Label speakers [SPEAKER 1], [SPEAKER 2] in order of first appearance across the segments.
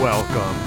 [SPEAKER 1] Welcome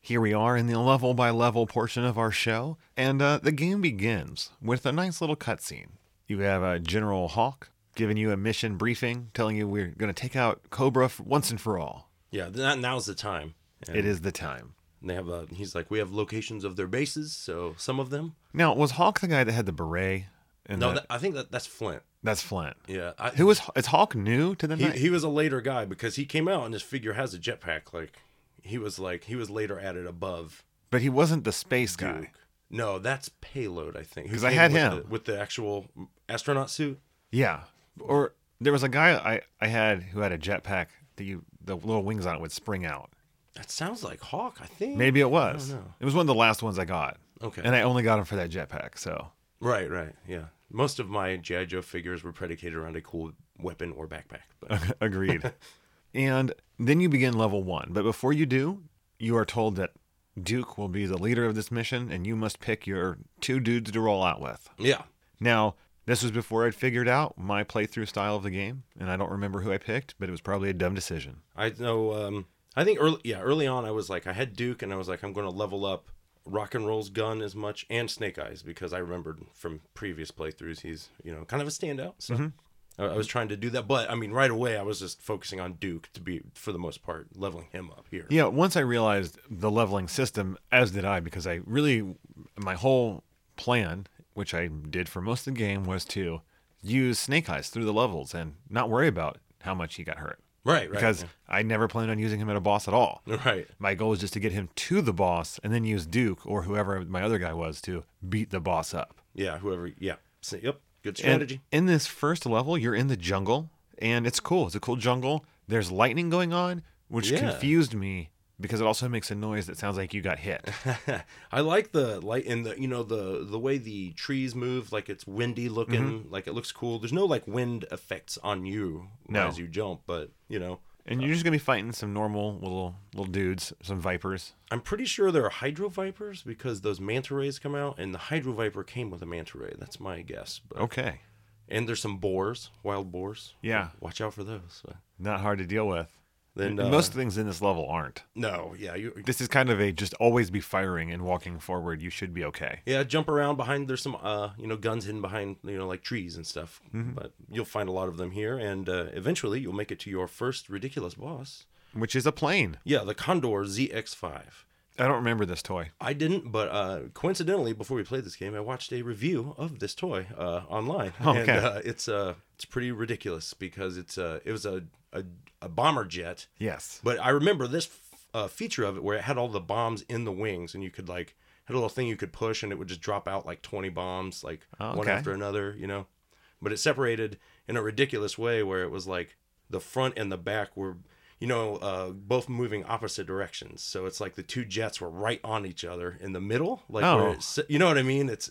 [SPEAKER 1] Here we are in the level by level portion of our show, and uh, the game begins with a nice little cutscene. You have uh, General Hawk giving you a mission briefing, telling you we're going to take out Cobra f- once and for all.
[SPEAKER 2] Yeah, that, now's the time. And
[SPEAKER 1] It is the time.
[SPEAKER 2] they have a, he's like, we have locations of their bases, so some of them.
[SPEAKER 1] Now, was Hawk the guy that had the beret? And
[SPEAKER 2] No,
[SPEAKER 1] the-
[SPEAKER 2] that, I think that that's Flint.
[SPEAKER 1] that's Flint.
[SPEAKER 2] Yeah, I,
[SPEAKER 1] Who was is Hawk new to the
[SPEAKER 2] he,
[SPEAKER 1] night?
[SPEAKER 2] he was a later guy because he came out and his figure has a jetpack. Like he was like he was later added above
[SPEAKER 1] but he wasn't the space guy.
[SPEAKER 2] Duke. No, that's payload. I think
[SPEAKER 1] 'Cause
[SPEAKER 2] Who
[SPEAKER 1] I
[SPEAKER 2] came
[SPEAKER 1] had
[SPEAKER 2] with
[SPEAKER 1] him.
[SPEAKER 2] the- with the actual astronaut suit.
[SPEAKER 1] Yeah. Or there was a guy I, I had who had a jetpack that you the little wings on it would spring out.
[SPEAKER 2] That sounds like Hawk. I think
[SPEAKER 1] Maybe it was.
[SPEAKER 2] know.
[SPEAKER 1] It was one of the last ones I got.
[SPEAKER 2] Okay.
[SPEAKER 1] And I only got him for that jetpack, so
[SPEAKER 2] Right, right, yeah. Most of my G.I. Joe figures were predicated around a cool weapon or backpack. But
[SPEAKER 1] agreed. and then you begin level 1, but before you do, you are told that Duke will be the leader of this mission and you must pick your two dudes to roll out with.
[SPEAKER 2] yeah,
[SPEAKER 1] Now, this was before I'd figured out my playthrough style of the game, and I don't remember who I picked, but it was probably a dumb decision.
[SPEAKER 2] I know. Um, I think early, yeah, early on, I was like, I had Duke, and I was like, I'm going to level up Rock and Roll's gun as much and Snake Eyes because I remembered from previous playthroughs he's you know kind of a standout. So
[SPEAKER 1] Mm-hmm.
[SPEAKER 2] I, I was trying to do that, but I mean, right away, I was just focusing on Duke to be for the most part leveling him up here.
[SPEAKER 1] Yeah, once I realized the leveling system, as did I, because I really, my whole plan, which I did for most of the game, was to use Snake Eyes through the levels and not worry about how much he got hurt.
[SPEAKER 2] Right, right,
[SPEAKER 1] Because I never planned on using him at a boss at all.
[SPEAKER 2] yeah. right.
[SPEAKER 1] My goal was just to get him to the boss and then use Duke or whoever my other guy was to beat the boss up.
[SPEAKER 2] Yeah, whoever. Yeah, so, yep. Good
[SPEAKER 1] And
[SPEAKER 2] strategy.
[SPEAKER 1] in this first level, you're in the jungle, and it's cool. It's a cool jungle. There's lightning going on, which
[SPEAKER 2] Yeah.
[SPEAKER 1] confused me because it also makes a noise that sounds like you got hit.
[SPEAKER 2] I like the light and the you know the the way the trees move like it's windy looking
[SPEAKER 1] Mm-hmm.
[SPEAKER 2] like it looks cool. There's no like wind effects on you
[SPEAKER 1] No.
[SPEAKER 2] as you jump, but you know
[SPEAKER 1] and you're just gonna be fighting some normal little little dudes, some vipers.
[SPEAKER 2] I'm pretty sure there are hydro vipers because those manta rays come out and the hydro viper came with a manta ray. That's my guess. But
[SPEAKER 1] Okay,
[SPEAKER 2] and there's some boars, wild boars.
[SPEAKER 1] Yeah.
[SPEAKER 2] watch out for those. But
[SPEAKER 1] not hard to deal with.
[SPEAKER 2] Then uh,
[SPEAKER 1] Most things in this level aren't.
[SPEAKER 2] no, yeah, you
[SPEAKER 1] This is kind of a just always be firing and walking forward. You should be okay.
[SPEAKER 2] yeah jump around behind. There's some uh you know guns hidden behind you know like trees and stuff. But you'll find a lot of them here, and uh, eventually you'll make it to your first ridiculous boss.
[SPEAKER 1] Which is a plane.
[SPEAKER 2] Yeah, the Condor ZX5.
[SPEAKER 1] I don't remember this toy.
[SPEAKER 2] I didn't, but uh, coincidentally, before we played this game, I watched a review of this toy uh, online, and
[SPEAKER 1] Okay.
[SPEAKER 2] uh, it's uh, it's pretty ridiculous because it's uh, it was a, a a bomber jet,
[SPEAKER 1] Yes.
[SPEAKER 2] but I remember this f- uh, feature of it where it had all the bombs in the wings, and you could like had a little thing you could push, and it would just drop out like twenty bombs, like one
[SPEAKER 1] Oh, Okay.
[SPEAKER 2] after another, you know. But it separated in a ridiculous way where it was like the front and the back were, you know, uh, both moving opposite directions. So it's like the two jets were right on each other in the middle, like
[SPEAKER 1] Oh.
[SPEAKER 2] where it's, you know what I mean? It's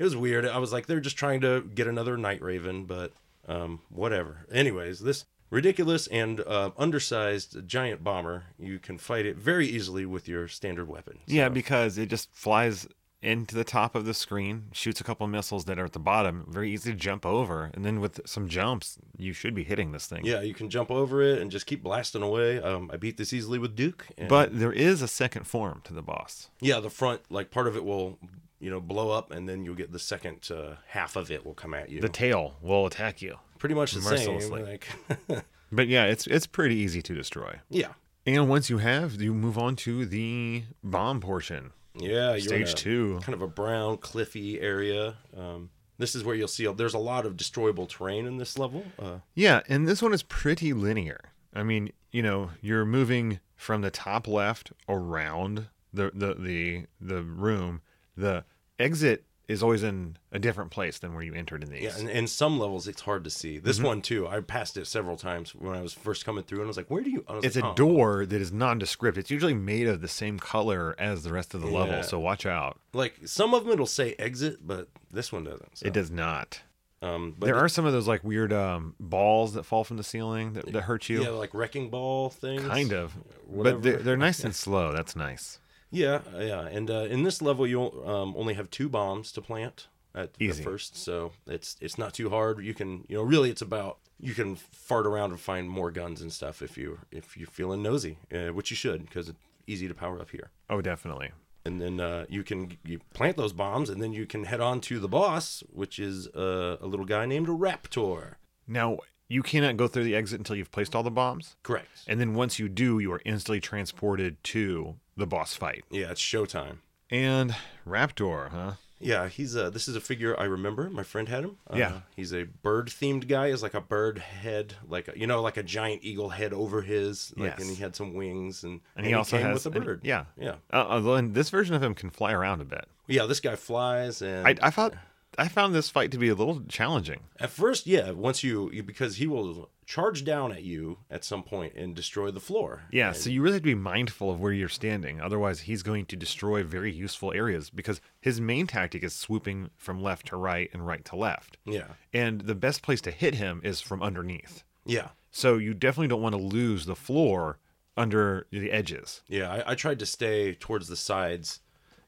[SPEAKER 2] it was weird. I was like they're just trying to get another Night Raven, but um, whatever. Anyways, this ridiculous and uh, undersized giant bomber, you can fight it very easily with your standard weapon.
[SPEAKER 1] Yeah, because it just flies into the top of the screen, shoots a couple missiles that are at the bottom, very easy to jump over, and then with some jumps, you should be hitting this thing.
[SPEAKER 2] Yeah, you can jump over it and just keep blasting away. Um, I beat this easily with Duke. And
[SPEAKER 1] But there is a second form to the boss.
[SPEAKER 2] yeah, the front like part of it will you know blow up, and then you'll get the second uh, half of it will come at you.
[SPEAKER 1] The tail will attack you.
[SPEAKER 2] Pretty much the same.
[SPEAKER 1] mercilessly.
[SPEAKER 2] Like,
[SPEAKER 1] But yeah, it's it's pretty easy to destroy.
[SPEAKER 2] yeah,
[SPEAKER 1] And once you have, you move on to the bomb portion.
[SPEAKER 2] yeah. You're in
[SPEAKER 1] Stage
[SPEAKER 2] a-
[SPEAKER 1] two.
[SPEAKER 2] kind of a brown cliffy area. Um, this is where you'll see there's a lot of destroyable terrain in this level. Uh,
[SPEAKER 1] Yeah, and this one is pretty linear. I mean, you know, you're moving from the top left around the the the, the room. The exit is always in a different place than where you entered in these.
[SPEAKER 2] Yeah, and, and some levels it's hard to see. This
[SPEAKER 1] Mm-hmm.
[SPEAKER 2] one too, I passed it several times when I was first coming through, and I was like, "Where do you?" I was
[SPEAKER 1] it's
[SPEAKER 2] like,
[SPEAKER 1] a
[SPEAKER 2] "Oh."
[SPEAKER 1] door that is nondescript. It's usually made of the same color as the rest of the level,
[SPEAKER 2] Yeah.
[SPEAKER 1] so watch out.
[SPEAKER 2] Like some of them it'll say exit, but this one doesn't. So.
[SPEAKER 1] It does not.
[SPEAKER 2] Um, but
[SPEAKER 1] there
[SPEAKER 2] the-
[SPEAKER 1] are some of those like weird um, balls that fall from the ceiling that, that hurt you.
[SPEAKER 2] yeah, like wrecking ball things.
[SPEAKER 1] kind of.
[SPEAKER 2] whatever.
[SPEAKER 1] But they're, they're nice and slow. That's nice.
[SPEAKER 2] Yeah, yeah. And uh, in this level, you um, only have two bombs to plant at
[SPEAKER 1] Easy.
[SPEAKER 2] the first, so it's it's not too hard. You can you know really it's about you can fart around and find more guns and stuff if you if you're feeling nosy, uh, which you should because it's easy to power up here.
[SPEAKER 1] Oh, definitely.
[SPEAKER 2] and then uh, you can you plant those bombs, and then you can head on to the boss, which is uh, a little guy named Raptor.
[SPEAKER 1] Now, you cannot go through the exit until you've placed all the bombs.
[SPEAKER 2] Correct.
[SPEAKER 1] And then once you do, you are instantly transported to the boss fight.
[SPEAKER 2] Yeah, it's showtime.
[SPEAKER 1] And Raptor, huh?
[SPEAKER 2] Yeah, he's uh, this is a figure I remember. My friend had him. Uh,
[SPEAKER 1] Yeah.
[SPEAKER 2] he's a bird themed guy. Is like a bird head, like a, you know, like a giant eagle head over his. Like,
[SPEAKER 1] Yes.
[SPEAKER 2] And he had some wings, and,
[SPEAKER 1] And he also
[SPEAKER 2] came
[SPEAKER 1] has
[SPEAKER 2] with a
[SPEAKER 1] an-
[SPEAKER 2] bird.
[SPEAKER 1] yeah.
[SPEAKER 2] yeah,
[SPEAKER 1] Uh, although in this version of him can fly around a bit.
[SPEAKER 2] yeah. This guy flies, and
[SPEAKER 1] I, I thought I found this fight to be a little challenging.
[SPEAKER 2] At first, yeah. Once you, you because he will charge down at you at some point and destroy the floor.
[SPEAKER 1] Yeah, so you really have to be mindful of where you're standing. Otherwise, he's going to destroy very useful areas because his main tactic is swooping from left to right and right to left.
[SPEAKER 2] Yeah.
[SPEAKER 1] And the best place to hit him is from underneath.
[SPEAKER 2] Yeah.
[SPEAKER 1] So you definitely don't want to lose the floor under the edges.
[SPEAKER 2] Yeah, I, I tried to stay towards the sides,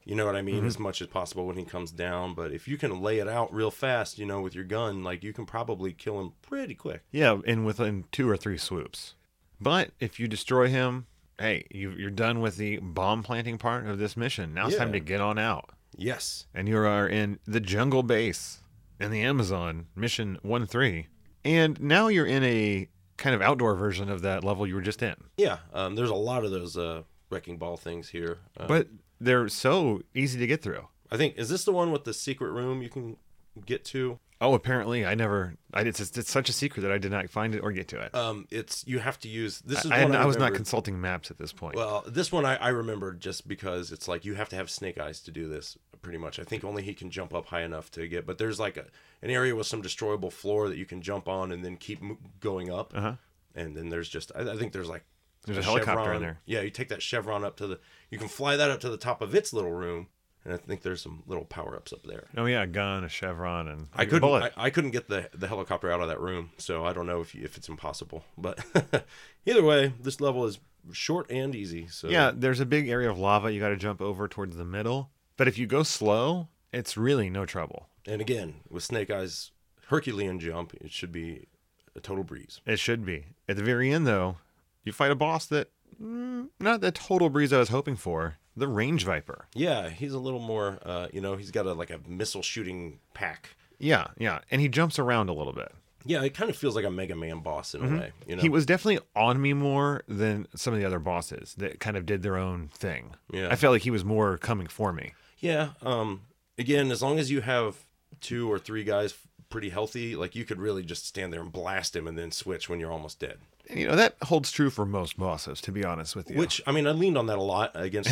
[SPEAKER 2] you know what I
[SPEAKER 1] Mm-hmm.
[SPEAKER 2] mean, as much as possible when he comes down. But if you can lay it out real fast, you know, with your gun, like you can probably kill him pretty quick.
[SPEAKER 1] Yeah, and within two or three swoops. But if you destroy him, hey, you, you're done with the bomb planting part of this mission. Now it's time
[SPEAKER 2] Yeah.
[SPEAKER 1] to get on out.
[SPEAKER 2] Yes.
[SPEAKER 1] and you are in the jungle base in the Amazon, mission 1 3. And now you're in a kind of outdoor version of that level you were just in.
[SPEAKER 2] Yeah. Um, there's a lot of those uh, wrecking ball things here. Uh,
[SPEAKER 1] But they're so easy to get through.
[SPEAKER 2] I think is this the one with the secret room you can get to?
[SPEAKER 1] Oh, apparently I never. I it's, it's, it's such a secret that I did not find it or get to it.
[SPEAKER 2] Um, it's you have to use this is
[SPEAKER 1] I,
[SPEAKER 2] one
[SPEAKER 1] had- I was not
[SPEAKER 2] remembered.
[SPEAKER 1] consulting maps at this point.
[SPEAKER 2] Well, this one I, I remember just because it's like you have to have snake eyes to do this pretty much. I think only he can jump up high enough to get, but there's like a, an area with some destroyable floor that you can jump on and then keep mo- going up.
[SPEAKER 1] Uh-huh.
[SPEAKER 2] And then there's just, I, I think there's like,
[SPEAKER 1] There's a helicopter in
[SPEAKER 2] chevron.
[SPEAKER 1] there.
[SPEAKER 2] Yeah, you take that chevron up to the, you can fly that up to the top of its little room. And I think there's some little power ups up there.
[SPEAKER 1] oh yeah, a gun, a chevron, and
[SPEAKER 2] I
[SPEAKER 1] a
[SPEAKER 2] couldn't.
[SPEAKER 1] bullet.
[SPEAKER 2] I, I couldn't get the the helicopter out of that room, so I don't know if you, if it's impossible. But either way, this level is short and easy. So
[SPEAKER 1] yeah, there's a big area of lava you got to jump over towards the middle. But if you go slow, it's really no trouble.
[SPEAKER 2] And again, with Snake Eyes Herculean jump, it should be a total breeze.
[SPEAKER 1] It should be. At the very end, though, you fight a boss that mm, not the total breeze I was hoping for. The Range Viper.
[SPEAKER 2] Yeah, he's a little more, uh, you know, he's got a like a missile shooting pack.
[SPEAKER 1] Yeah, yeah, and he jumps around a little bit.
[SPEAKER 2] Yeah, it kind of feels like a Mega Man boss in a way. You know,
[SPEAKER 1] He was definitely on me more than some of the other bosses that kind of did their own thing.
[SPEAKER 2] Yeah.
[SPEAKER 1] I felt like he was more coming for me.
[SPEAKER 2] yeah. Um, again, as long as you have two or three guys pretty healthy, like you could really just stand there and blast him, and then switch when you're almost dead.
[SPEAKER 1] And, you know that holds true for most bosses, to be honest with you.
[SPEAKER 2] Which I mean, I leaned on that a lot against.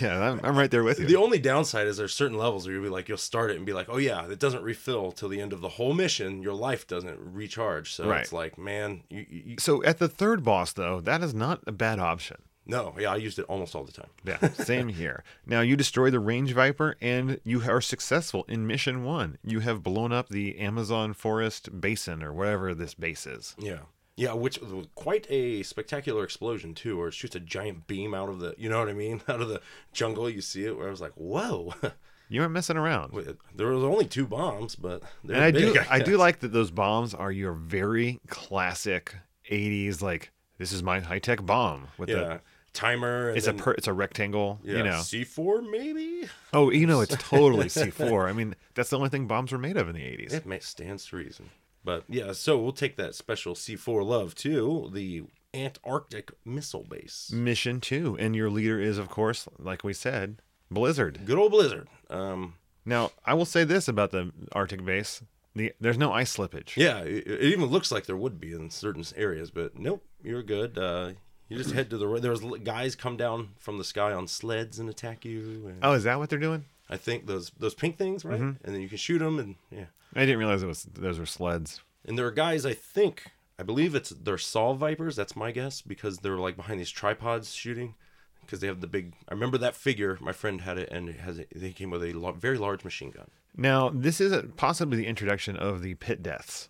[SPEAKER 1] yeah, I'm, I'm right there with you.
[SPEAKER 2] The only downside is there's certain levels where you'll be like, you'll start it and be like, oh yeah, it doesn't refill till the end of the whole mission. Your life doesn't recharge. So
[SPEAKER 1] Right.
[SPEAKER 2] it's like, man, you, you, you-
[SPEAKER 1] so at the third boss, though, that is not a bad option.
[SPEAKER 2] no, yeah, I used it almost all the time.
[SPEAKER 1] Yeah, same here. Now you destroy the Range Viper and you are successful in mission one. You have blown up the Amazon forest basin or whatever this base is.
[SPEAKER 2] Yeah. Yeah, which was quite a spectacular explosion too, where it shoots a giant beam out of the, you know what I mean, out of the jungle. You see it, where I was like, "Whoa!"
[SPEAKER 1] You aren't messing around.
[SPEAKER 2] there was only two bombs, but they're
[SPEAKER 1] And I
[SPEAKER 2] big,
[SPEAKER 1] do I do
[SPEAKER 2] guess.
[SPEAKER 1] like that those bombs are your very classic eighties like this is my high tech bomb with
[SPEAKER 2] yeah, timer. And
[SPEAKER 1] the it's
[SPEAKER 2] then,
[SPEAKER 1] a per, it's a rectangle,
[SPEAKER 2] yeah,
[SPEAKER 1] you know.
[SPEAKER 2] C four maybe.
[SPEAKER 1] Oh, you know, it's totally C four. I mean, that's the only thing bombs were made of in the eighties.
[SPEAKER 2] It may stands to reason. But yeah, so we'll take that special C4 love too, the Antarctic missile base.
[SPEAKER 1] Mission two, and your leader is, of course, like we said, Blizzard.
[SPEAKER 2] Good old Blizzard. Um,
[SPEAKER 1] Now, I will say this about the Arctic base: the, there's no ice slippage.
[SPEAKER 2] yeah, it, it even looks like there would be in certain areas, but nope, you're good. Uh, you just head to the right. There's l- guys come down from the sky on sleds and attack you. and-
[SPEAKER 1] Oh, is that what they're doing?
[SPEAKER 2] I think those those pink things, right? And then you can shoot them, and yeah.
[SPEAKER 1] I didn't realize it was those were sleds.
[SPEAKER 2] And there are guys, I think, I believe it's they're saw vipers. That's my guess because they're like behind these tripods shooting because they have the big. I remember that figure. My friend had it, and it has a, they came with a lo- very large machine gun.
[SPEAKER 1] Now, this is possibly the introduction of the pit deaths.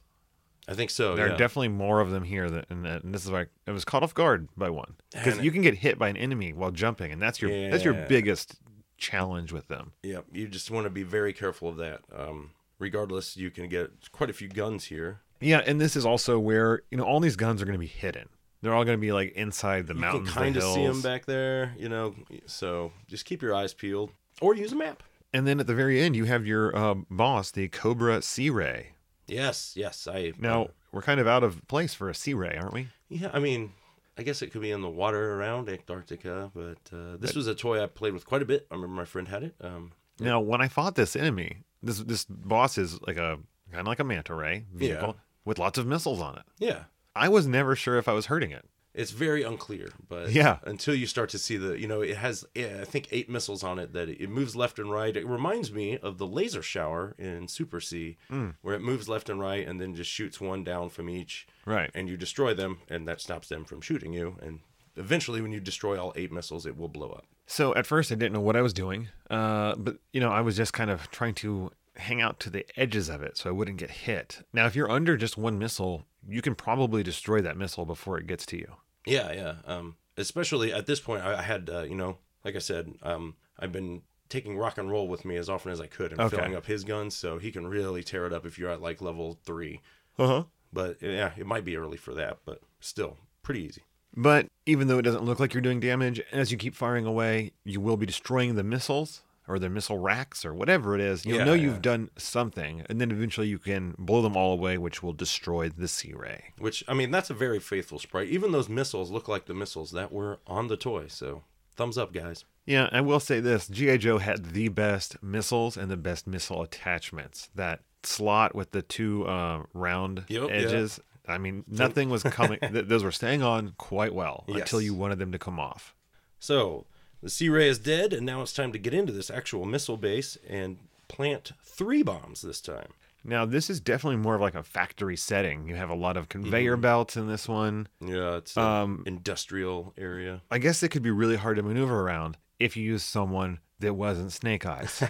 [SPEAKER 2] I think so.
[SPEAKER 1] There
[SPEAKER 2] yeah.
[SPEAKER 1] are definitely more of them here, than, and, and this is like I was caught off guard by one because
[SPEAKER 2] And-
[SPEAKER 1] you can get hit by an enemy while jumping, and that's your that's your
[SPEAKER 2] Yeah.
[SPEAKER 1] biggest challenge with them.
[SPEAKER 2] yeah, you just want to be very careful of that. Um, regardless, you can get quite a few guns here.
[SPEAKER 1] Yeah, and this is also where you know all these guns are going to be hidden. They're all going to be like inside the
[SPEAKER 2] You
[SPEAKER 1] mountains,
[SPEAKER 2] can kind
[SPEAKER 1] the
[SPEAKER 2] of see them
[SPEAKER 1] hills,
[SPEAKER 2] back there, you know. So just keep your eyes peeled or use a map.
[SPEAKER 1] and then at the very end, you have your uh, boss, the Cobra Sea Ray.
[SPEAKER 2] Yes, yes, I
[SPEAKER 1] Now we're kind of out of place for a Sea Ray, aren't we?
[SPEAKER 2] Yeah, I mean, I guess it could be in the water around Antarctica, but uh, this was a toy I played with quite a bit. I remember my friend had it. Um,
[SPEAKER 1] Now, when I fought this enemy, this this boss is like a kind of like a manta ray vehicle with lots of missiles on it.
[SPEAKER 2] yeah,
[SPEAKER 1] I was never sure if I was hurting it.
[SPEAKER 2] it's very unclear, but
[SPEAKER 1] Yeah.
[SPEAKER 2] until you start to see the, you know, it has, yeah, I think eight missiles on it that it moves left and right. It reminds me of the laser shower in Super C, where it moves left and right and then just shoots one down from each,
[SPEAKER 1] Right.
[SPEAKER 2] and you destroy them, and that stops them from shooting you. And eventually, when you destroy all eight missiles, it will blow up.
[SPEAKER 1] So at first, I didn't know what I was doing, uh, but you know, I was just kind of trying to hang out to the edges of it so I wouldn't get hit. Now, if you're under just one missile, you can probably destroy that missile before it gets to you.
[SPEAKER 2] Yeah, yeah. Um, especially at this point, I, I had uh, you know, like I said, um, I've been taking rock and roll with me as often as I could and
[SPEAKER 1] Okay.
[SPEAKER 2] filling up his guns, so he can really tear it up if you're at like level three.
[SPEAKER 1] Uh huh.
[SPEAKER 2] But yeah, it might be early for that, but still pretty easy.
[SPEAKER 1] But even though it doesn't look like you're doing damage, as you keep firing away, you will be destroying the missiles or the missile racks or whatever it is. You'll
[SPEAKER 2] Yeah,
[SPEAKER 1] know
[SPEAKER 2] yeah.
[SPEAKER 1] you've done something, and then eventually you can blow them all away, which will destroy the Sea Ray.
[SPEAKER 2] Which I mean, that's a very faithful sprite. Even those missiles look like the missiles that were on the toy. So thumbs up, guys.
[SPEAKER 1] Yeah, I will say this G.I. Joe had the best missiles and the best missile attachments. That slot with the two uh, round
[SPEAKER 2] Yep, yeah.
[SPEAKER 1] edges. I mean, nothing was coming. th- those were staying on quite well until
[SPEAKER 2] Yes.
[SPEAKER 1] you wanted them to come off.
[SPEAKER 2] So the Sea Ray is dead, and now it's time to get into this actual missile base and plant three bombs this time.
[SPEAKER 1] Now, this is definitely more of like a factory setting. You have a lot of conveyor
[SPEAKER 2] Mm-hmm.
[SPEAKER 1] belts in this one.
[SPEAKER 2] Yeah, it's an
[SPEAKER 1] Um,
[SPEAKER 2] industrial area.
[SPEAKER 1] I guess it could be really hard to maneuver around if you use someone that wasn't Snake Eyes.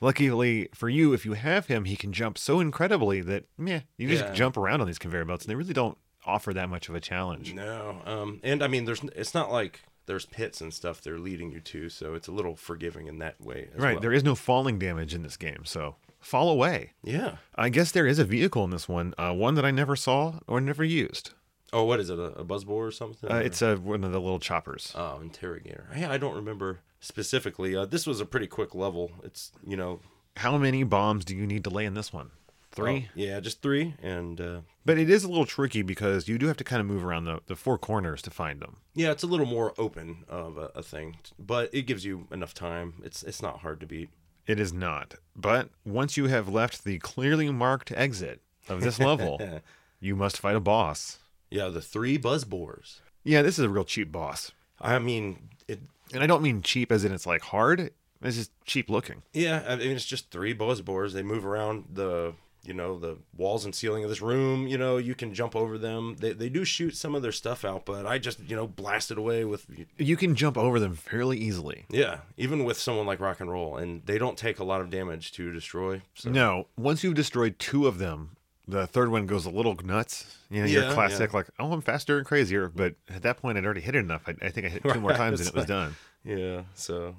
[SPEAKER 1] Luckily for you, if you have him, he can jump so incredibly that, meh, you just
[SPEAKER 2] Yeah.
[SPEAKER 1] jump around on these conveyor belts and they really don't offer that much of a challenge.
[SPEAKER 2] no, um, and I mean, there's it's not like there's pits and stuff they're leading you to, so it's a little forgiving in that way. As
[SPEAKER 1] right.
[SPEAKER 2] well.
[SPEAKER 1] There is no falling damage in this game, so fall away.
[SPEAKER 2] Yeah.
[SPEAKER 1] I guess there is a vehicle in this one, uh, one that I never saw or never used.
[SPEAKER 2] Oh, what is it? A, a buzzbore or something?
[SPEAKER 1] Uh,
[SPEAKER 2] or-
[SPEAKER 1] it's uh, one of the little choppers.
[SPEAKER 2] oh, interrogator. Yeah, I don't remember specifically. Uh, this was a pretty quick level. It's you know
[SPEAKER 1] How many bombs do you need to lay in this one? Three?
[SPEAKER 2] oh, yeah, just three, and uh,
[SPEAKER 1] But it is a little tricky because you do have to kind of move around the, the four corners to find them.
[SPEAKER 2] yeah, it's a little more open of a, a thing, but it gives you enough time. It's it's not hard to beat.
[SPEAKER 1] It is not. But once you have left the clearly marked exit of this level, you must fight a boss.
[SPEAKER 2] Yeah, the three buzzbores.
[SPEAKER 1] Yeah, this is a real cheap boss.
[SPEAKER 2] I mean, it
[SPEAKER 1] And I don't mean cheap as in it's like hard, it's just cheap looking.
[SPEAKER 2] Yeah, I mean it's just three buzz boards. They move around the you know the walls and ceiling of this room. You know you can jump over them. They they do shoot some of their stuff out, but I just you know blasted away with
[SPEAKER 1] You can jump over them fairly easily.
[SPEAKER 2] yeah. Even with someone like rock and roll, and they don't take a lot of damage to destroy. So
[SPEAKER 1] No, once you've destroyed two of them, the third one goes a little nuts. You know,
[SPEAKER 2] Yeah,
[SPEAKER 1] your
[SPEAKER 2] yeah.
[SPEAKER 1] classic, like, oh, I'm faster and crazier. But at that point, I'd already hit it enough. I, I think I hit two more
[SPEAKER 2] Right,
[SPEAKER 1] times and it
[SPEAKER 2] it's
[SPEAKER 1] was
[SPEAKER 2] like-
[SPEAKER 1] done.
[SPEAKER 2] yeah, so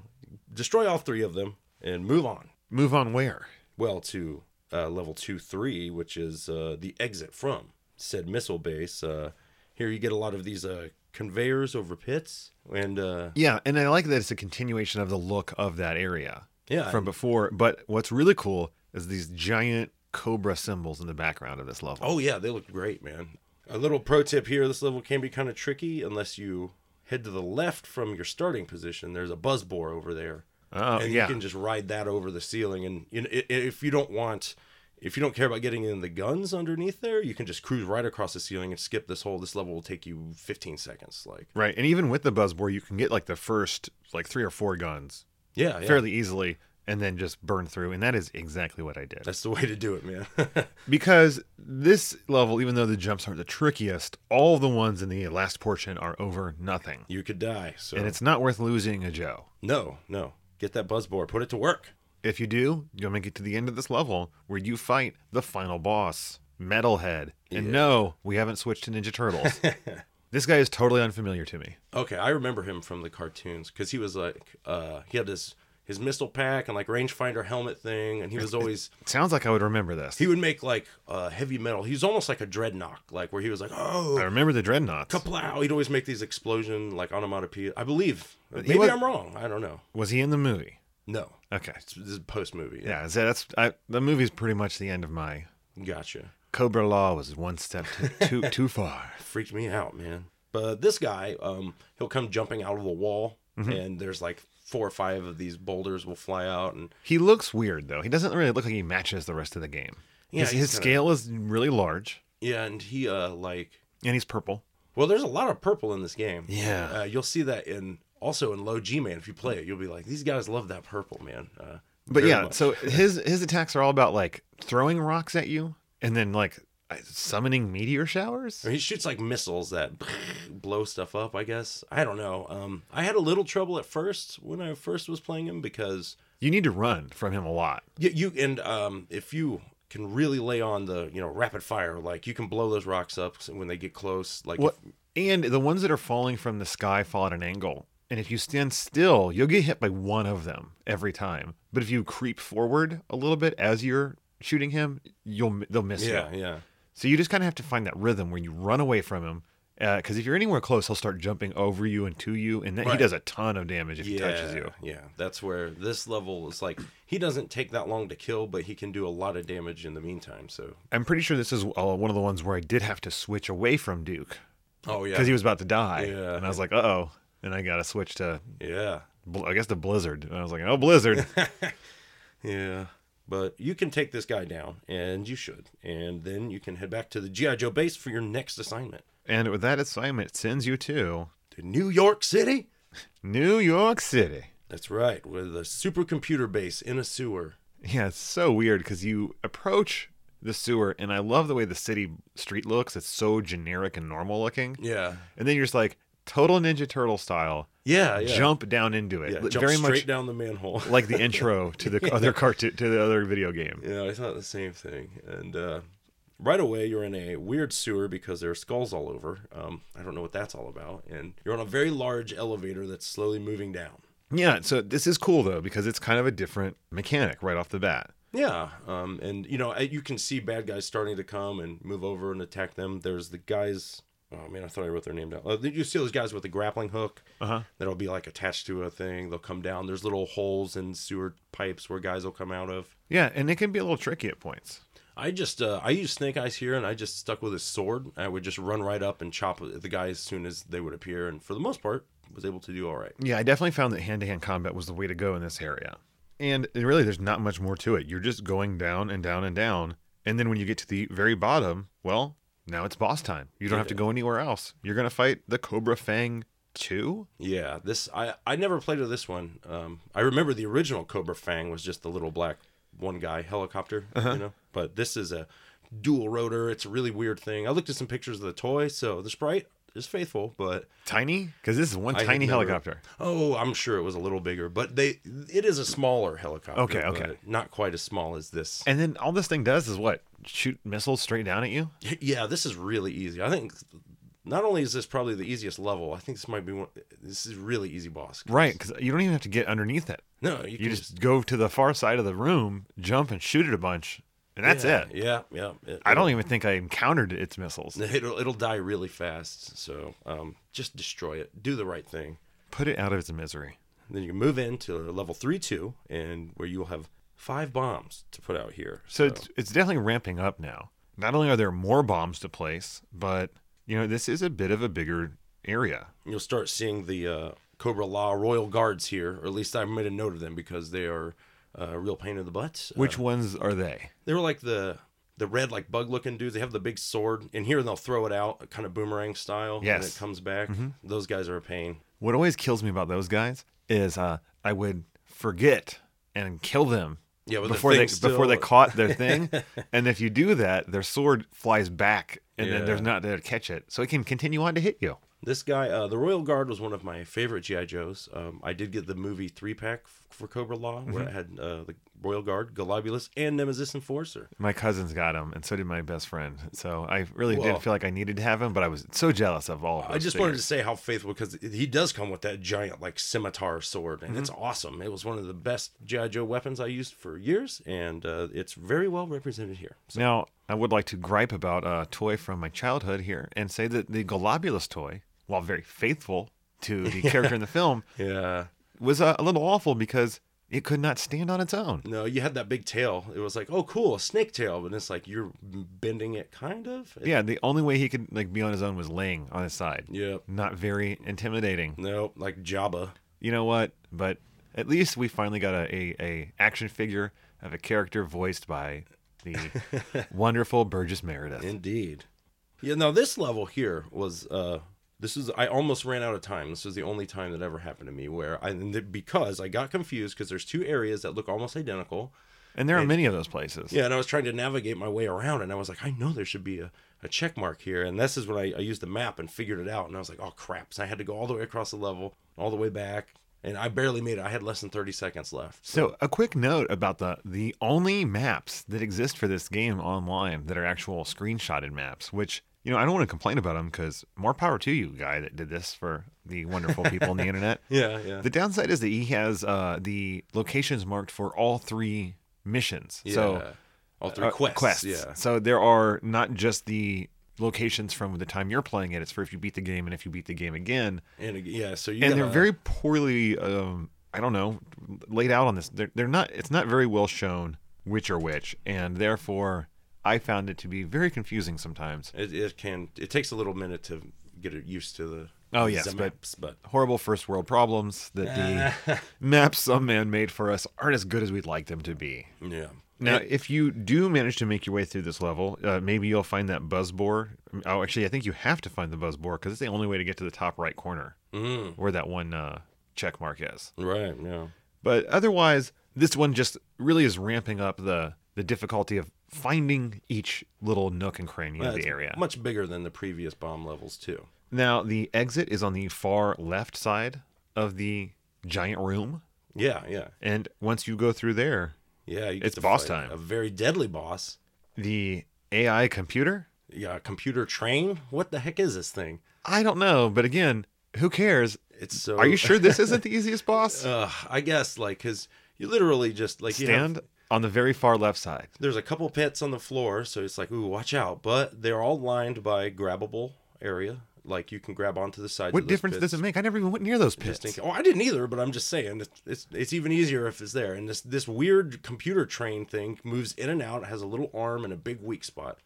[SPEAKER 2] destroy all three of them and move on.
[SPEAKER 1] Move on where?
[SPEAKER 2] Well, to uh, level two three, which is uh, the exit from said missile base. Uh, here you get a lot of these uh, conveyors over pits and. Uh,
[SPEAKER 1] Yeah, and I like that it's a continuation of the look of that area.
[SPEAKER 2] Yeah.
[SPEAKER 1] From before. But what's really cool is these giant cobra symbols in the background of this level.
[SPEAKER 2] Oh yeah, they look great, man. A little pro tip here: this level can be kind of tricky unless you head to the left from your starting position. There's a buzz bore over there,
[SPEAKER 1] Oh,
[SPEAKER 2] and
[SPEAKER 1] yeah.
[SPEAKER 2] you can just ride that over the ceiling. And you know, i- i- if you don't want, if you don't care about getting in the guns underneath there, you can just cruise right across the ceiling and skip this whole. This level will take you 15 seconds. Like,
[SPEAKER 1] Right. And even with the buzzbore, you can get like the first like three or four guns
[SPEAKER 2] yeah, yeah.
[SPEAKER 1] fairly easily. and then just burn through. And that is exactly what I did.
[SPEAKER 2] That's the way to do it, man.
[SPEAKER 1] Because this level, even though the jumps aren't the trickiest, all the ones in the last portion are over nothing.
[SPEAKER 2] you could die. So
[SPEAKER 1] And it's not worth losing a Joe.
[SPEAKER 2] no, no. Get that buzz board. Put it to work.
[SPEAKER 1] If you do, you'll make it to the end of this level where you fight the final boss, Metalhead. And
[SPEAKER 2] Yeah.
[SPEAKER 1] no, we haven't switched to Ninja Turtles. this guy is totally unfamiliar to me.
[SPEAKER 2] Okay, I remember him from the cartoons because he was like, uh, he had his his missile pack and like rangefinder helmet thing, and he was always
[SPEAKER 1] Sounds like I would remember this.
[SPEAKER 2] he would make like uh, heavy metal. He was almost like a dreadnought, like where he was like,
[SPEAKER 1] I
[SPEAKER 2] oh,
[SPEAKER 1] remember the Dreadnoughts.
[SPEAKER 2] kaplow. He'd always make these explosion like onomatopoeia. I believe.
[SPEAKER 1] he
[SPEAKER 2] Maybe
[SPEAKER 1] was-
[SPEAKER 2] I'm wrong. I don't know.
[SPEAKER 1] Was he in the movie?
[SPEAKER 2] No,
[SPEAKER 1] Okay.
[SPEAKER 2] It's- this is post movie.
[SPEAKER 1] Yeah, so that's I, the movie's pretty much the end of my.
[SPEAKER 2] gotcha.
[SPEAKER 1] Cobra Law was one step t- too too far.
[SPEAKER 2] freaked me out, man. But this guy, um, he'll come jumping out of the wall,
[SPEAKER 1] Mm-hmm.
[SPEAKER 2] and there's like four or five of these boulders will fly out, and
[SPEAKER 1] He looks weird though. He doesn't really look like he matches the rest of the game.
[SPEAKER 2] Yeah,
[SPEAKER 1] his,
[SPEAKER 2] he's
[SPEAKER 1] his
[SPEAKER 2] kinda-
[SPEAKER 1] scale is really large,
[SPEAKER 2] yeah, and he uh like,
[SPEAKER 1] and he's purple.
[SPEAKER 2] well, there's a lot of purple in this game.
[SPEAKER 1] Yeah.
[SPEAKER 2] uh, you'll see that in also in Low G Man. If you play it, you'll be like, these guys love that purple, man. Uh,
[SPEAKER 1] But
[SPEAKER 2] very
[SPEAKER 1] yeah,
[SPEAKER 2] much.
[SPEAKER 1] so his his attacks are all about like throwing rocks at you and then like uh, summoning meteor showers.
[SPEAKER 2] Or he shoots like missiles that blow stuff up, I guess. I don't know. Um, I had a little trouble at first when I first was playing him because
[SPEAKER 1] You need to run from him a lot.
[SPEAKER 2] Yeah, you and um, if you can really lay on the you know rapid fire, like you can blow those rocks up when they get close. Like
[SPEAKER 1] What and the ones that are falling from the sky fall at an angle. And if you stand still, you'll get hit by one of them every time. But if you creep forward a little bit as you're shooting him, you'll they'll miss
[SPEAKER 2] if-
[SPEAKER 1] you.
[SPEAKER 2] yeah, yeah,
[SPEAKER 1] So you just kind of have to find that rhythm where you run away from him. Because if you're anywhere close, he'll start jumping over you and to you, and then he
[SPEAKER 2] Right.
[SPEAKER 1] does a ton of damage if
[SPEAKER 2] yeah,
[SPEAKER 1] he touches you.
[SPEAKER 2] yeah. That's where this level is like he doesn't take that long to kill, but he can do a lot of damage in the meantime. So
[SPEAKER 1] I'm pretty sure this is uh, one of the ones where I did have to switch away from Duke
[SPEAKER 2] oh yeah,
[SPEAKER 1] because he was about to die,
[SPEAKER 2] Yeah.
[SPEAKER 1] and I was like, uh oh, and I got to switch to,
[SPEAKER 2] yeah,
[SPEAKER 1] Bl- I guess to Blizzard, and I was like, oh Blizzard,
[SPEAKER 2] yeah. But you can take this guy down, and you should, and then you can head back to the GI Joe base for your next assignment.
[SPEAKER 1] and with that assignment, it sends you to
[SPEAKER 2] To New York City.
[SPEAKER 1] New York City.
[SPEAKER 2] That's right, with a supercomputer base in a sewer.
[SPEAKER 1] Yeah, it's so weird because you approach the sewer, and I love the way the city street looks. It's so generic and normal looking.
[SPEAKER 2] Yeah,
[SPEAKER 1] and then you're just like total Ninja Turtle style,
[SPEAKER 2] yeah, yeah.
[SPEAKER 1] jump down into it.
[SPEAKER 2] Yeah,
[SPEAKER 1] Li-
[SPEAKER 2] jump
[SPEAKER 1] Very
[SPEAKER 2] straight
[SPEAKER 1] much
[SPEAKER 2] down the manhole.
[SPEAKER 1] like the intro to the other cartoon to the other video game.
[SPEAKER 2] yeah, I thought the same thing. And uh, right away, you're in a weird sewer because there are skulls all over. Um, I don't know what that's all about. And you're on a very large elevator that's slowly moving down.
[SPEAKER 1] Yeah, so this is cool though because it's kind of a different mechanic right off the bat.
[SPEAKER 2] Yeah, um, and you know I- you can see bad guys starting to come and move over and attack them. There's the guys. Oh man, I thought I wrote their name down. Uh, you see those guys with the grappling hook
[SPEAKER 1] Uh-huh.
[SPEAKER 2] that'll be like attached to a thing. They'll come down. There's little holes in sewer pipes where guys will come out of.
[SPEAKER 1] Yeah, and it can be a little tricky at points.
[SPEAKER 2] I just uh, I used Snake Eyes here, and I just stuck with his sword. I would just run right up and chop the guy as soon as they would appear, and for the most part, was able to do all right.
[SPEAKER 1] Yeah, I definitely found that hand to hand combat was the way to go in this area. And really, there's not much more to it. You're just going down and down and down. And then when you get to the very bottom, well, now it's boss time. You don't have to go anywhere else. You're going to fight the Cobra Fang 2?
[SPEAKER 2] Yeah, this I I never played with this one. Um, I remember the original Cobra Fang was just the little black one guy helicopter,
[SPEAKER 1] Uh-huh.
[SPEAKER 2] you know. But this is a dual rotor. It's a really weird thing. I looked at some pictures of the toy, so the sprite is faithful, but
[SPEAKER 1] Tiny? Because this is one
[SPEAKER 2] I had
[SPEAKER 1] tiny
[SPEAKER 2] never-
[SPEAKER 1] helicopter.
[SPEAKER 2] Oh, I'm sure it was a little bigger, but they it is a smaller helicopter.
[SPEAKER 1] Okay, okay.
[SPEAKER 2] but Not quite as small as this.
[SPEAKER 1] And then all this thing does is what? Shoot missiles straight down at you?
[SPEAKER 2] Yeah, this is really easy. I think not only is this probably the easiest level, I think this might be one. This is really easy boss.
[SPEAKER 1] Right, because you don't even have to get underneath it.
[SPEAKER 2] No, you,
[SPEAKER 1] You
[SPEAKER 2] can
[SPEAKER 1] just go to the far side of the room, jump and shoot it a bunch, and that's
[SPEAKER 2] yeah,
[SPEAKER 1] it.
[SPEAKER 2] Yeah, yeah. It,
[SPEAKER 1] I don't even think I encountered its missiles.
[SPEAKER 2] It'll it'll die really fast. So um, just destroy it. Do the right thing.
[SPEAKER 1] Put it out of its misery.
[SPEAKER 2] Then you can move into level three two, and where you will have five bombs to put out here.
[SPEAKER 1] So it's it's definitely ramping up now. Not only are there more bombs to place, but you know this is a bit of a bigger area.
[SPEAKER 2] you'll start seeing the uh, Cobra Law Royal Guards here, or at least I made a note of them because they are uh, a real pain in the butt.
[SPEAKER 1] Which ones are they?
[SPEAKER 2] They were like the the red like bug looking dudes. They have the big sword in here, and they'll throw it out, kind of boomerang style. and
[SPEAKER 1] Yes.
[SPEAKER 2] it comes back. Those guys are a pain.
[SPEAKER 1] What always kills me about those guys is uh, I would forget and kill them
[SPEAKER 2] Yeah, with the
[SPEAKER 1] before they
[SPEAKER 2] thing still-
[SPEAKER 1] before they caught their thing. and if you do that, their sword flies back, and then there's
[SPEAKER 2] Yeah.
[SPEAKER 1] not there to catch it, so it can continue on to hit you.
[SPEAKER 2] This guy, uh, the Royal Guard, was one of my favorite GI Joes. Um, I did get the movie three pack f- for Cobra Law, where it had uh, the Royal Guard, Globulus, and Nemesis Enforcer.
[SPEAKER 1] My cousins got him, and so did my best friend. So I really
[SPEAKER 2] Whoa.
[SPEAKER 1] did feel like I needed to have him, but I was so jealous of all. Of
[SPEAKER 2] I just wanted to say how faithful because he does come with that giant like scimitar sword, and it's awesome. It was one of the best GI Joe weapons I used for years, and uh, it's very well represented here. So
[SPEAKER 1] Now, I would like to gripe about a toy from my childhood here and say that the Globulus toy, while very faithful to the character in the film,
[SPEAKER 2] yeah,
[SPEAKER 1] was uh, a little awful because it could not stand on its own.
[SPEAKER 2] no, you had that big tail. It was like, oh, cool, a snake tail, but it's like you're bending it kind of. It-
[SPEAKER 1] Yeah, the only way he could like be on his own was laying on his side.
[SPEAKER 2] yeah.
[SPEAKER 1] Not very intimidating.
[SPEAKER 2] No, like Jabba.
[SPEAKER 1] You know what? But at least we finally got a, a, a action figure of a character voiced by the wonderful Burgess Meredith.
[SPEAKER 2] Indeed. Yeah, now this level here was uh this is I almost ran out of time. This was the only time that ever happened to me where I and th- because I got confused because there's two areas that look almost identical.
[SPEAKER 1] and there are many of those places.
[SPEAKER 2] Yeah, and I was trying to navigate my way around and I was like, I know there should be a, a check mark here. And this is when I, I used the map and figured it out and I was like, oh crap. So I had to go all the way across the level, all the way back, and I barely made it. I had less than thirty seconds left.
[SPEAKER 1] So, a quick note about the the only maps that exist for this game online that are actual screenshotted maps, which you know I don't want to complain about them because more power to you, guy that did this for the wonderful people on the internet.
[SPEAKER 2] Yeah, yeah.
[SPEAKER 1] The downside is that he has uh, the locations marked for all three missions. So
[SPEAKER 2] yeah. all three
[SPEAKER 1] uh,
[SPEAKER 2] quests.
[SPEAKER 1] quests.
[SPEAKER 2] Yeah.
[SPEAKER 1] So there are not just the locations from the time you're playing it. It's for if you beat the game and if you beat the game again
[SPEAKER 2] And yeah, so you
[SPEAKER 1] and they're
[SPEAKER 2] gotta-
[SPEAKER 1] very poorly um i don't know laid out on this they're, they're not it's not very well shown which are which and therefore i found it to be very confusing sometimes
[SPEAKER 2] It, it can. It takes a little minute to get it used to the.
[SPEAKER 1] Oh, yes,
[SPEAKER 2] the
[SPEAKER 1] but-
[SPEAKER 2] maps, but
[SPEAKER 1] horrible first world problems that the maps some man made for us aren't as good as we'd like them to be
[SPEAKER 2] yeah,
[SPEAKER 1] now if you do manage to make your way through this level uh, maybe you'll find that buzz bore oh actually i think you have to find the buzz bore because it's the only way to get to the top right corner
[SPEAKER 2] mm,
[SPEAKER 1] where that one uh, check mark is
[SPEAKER 2] right, yeah,
[SPEAKER 1] But otherwise, this one just really is ramping up the the difficulty of finding each little nook and cranny
[SPEAKER 2] Well,
[SPEAKER 1] of
[SPEAKER 2] it's
[SPEAKER 1] the area.
[SPEAKER 2] much bigger than the previous bomb levels too.
[SPEAKER 1] Now, the exit is on the far left side of the giant room,
[SPEAKER 2] Yeah, yeah,
[SPEAKER 1] and once you go through there,
[SPEAKER 2] yeah. You
[SPEAKER 1] It's
[SPEAKER 2] to
[SPEAKER 1] boss
[SPEAKER 2] fight
[SPEAKER 1] time.
[SPEAKER 2] A very deadly boss.
[SPEAKER 1] the AI computer,
[SPEAKER 2] Yeah, a computer train. What the heck is this thing?
[SPEAKER 1] I don't know, but again, who cares?
[SPEAKER 2] It's so.
[SPEAKER 1] Are you sure this isn't the easiest boss?
[SPEAKER 2] Uh, I guess like because you literally just like You have,
[SPEAKER 1] Stand on the very far left side.
[SPEAKER 2] there's a couple pits on the floor, so it's like, ooh, watch out. But they're all lined by grabbable area. Like you can grab onto the sides.
[SPEAKER 1] What
[SPEAKER 2] of those
[SPEAKER 1] difference
[SPEAKER 2] pits.
[SPEAKER 1] does it make? I never even went near those
[SPEAKER 2] Just
[SPEAKER 1] pits.
[SPEAKER 2] thinking- oh, I didn't either, but I'm just saying it's, it's it's even easier if it's there. And this this weird computer train thing moves in and out, has a little arm and a big weak spot.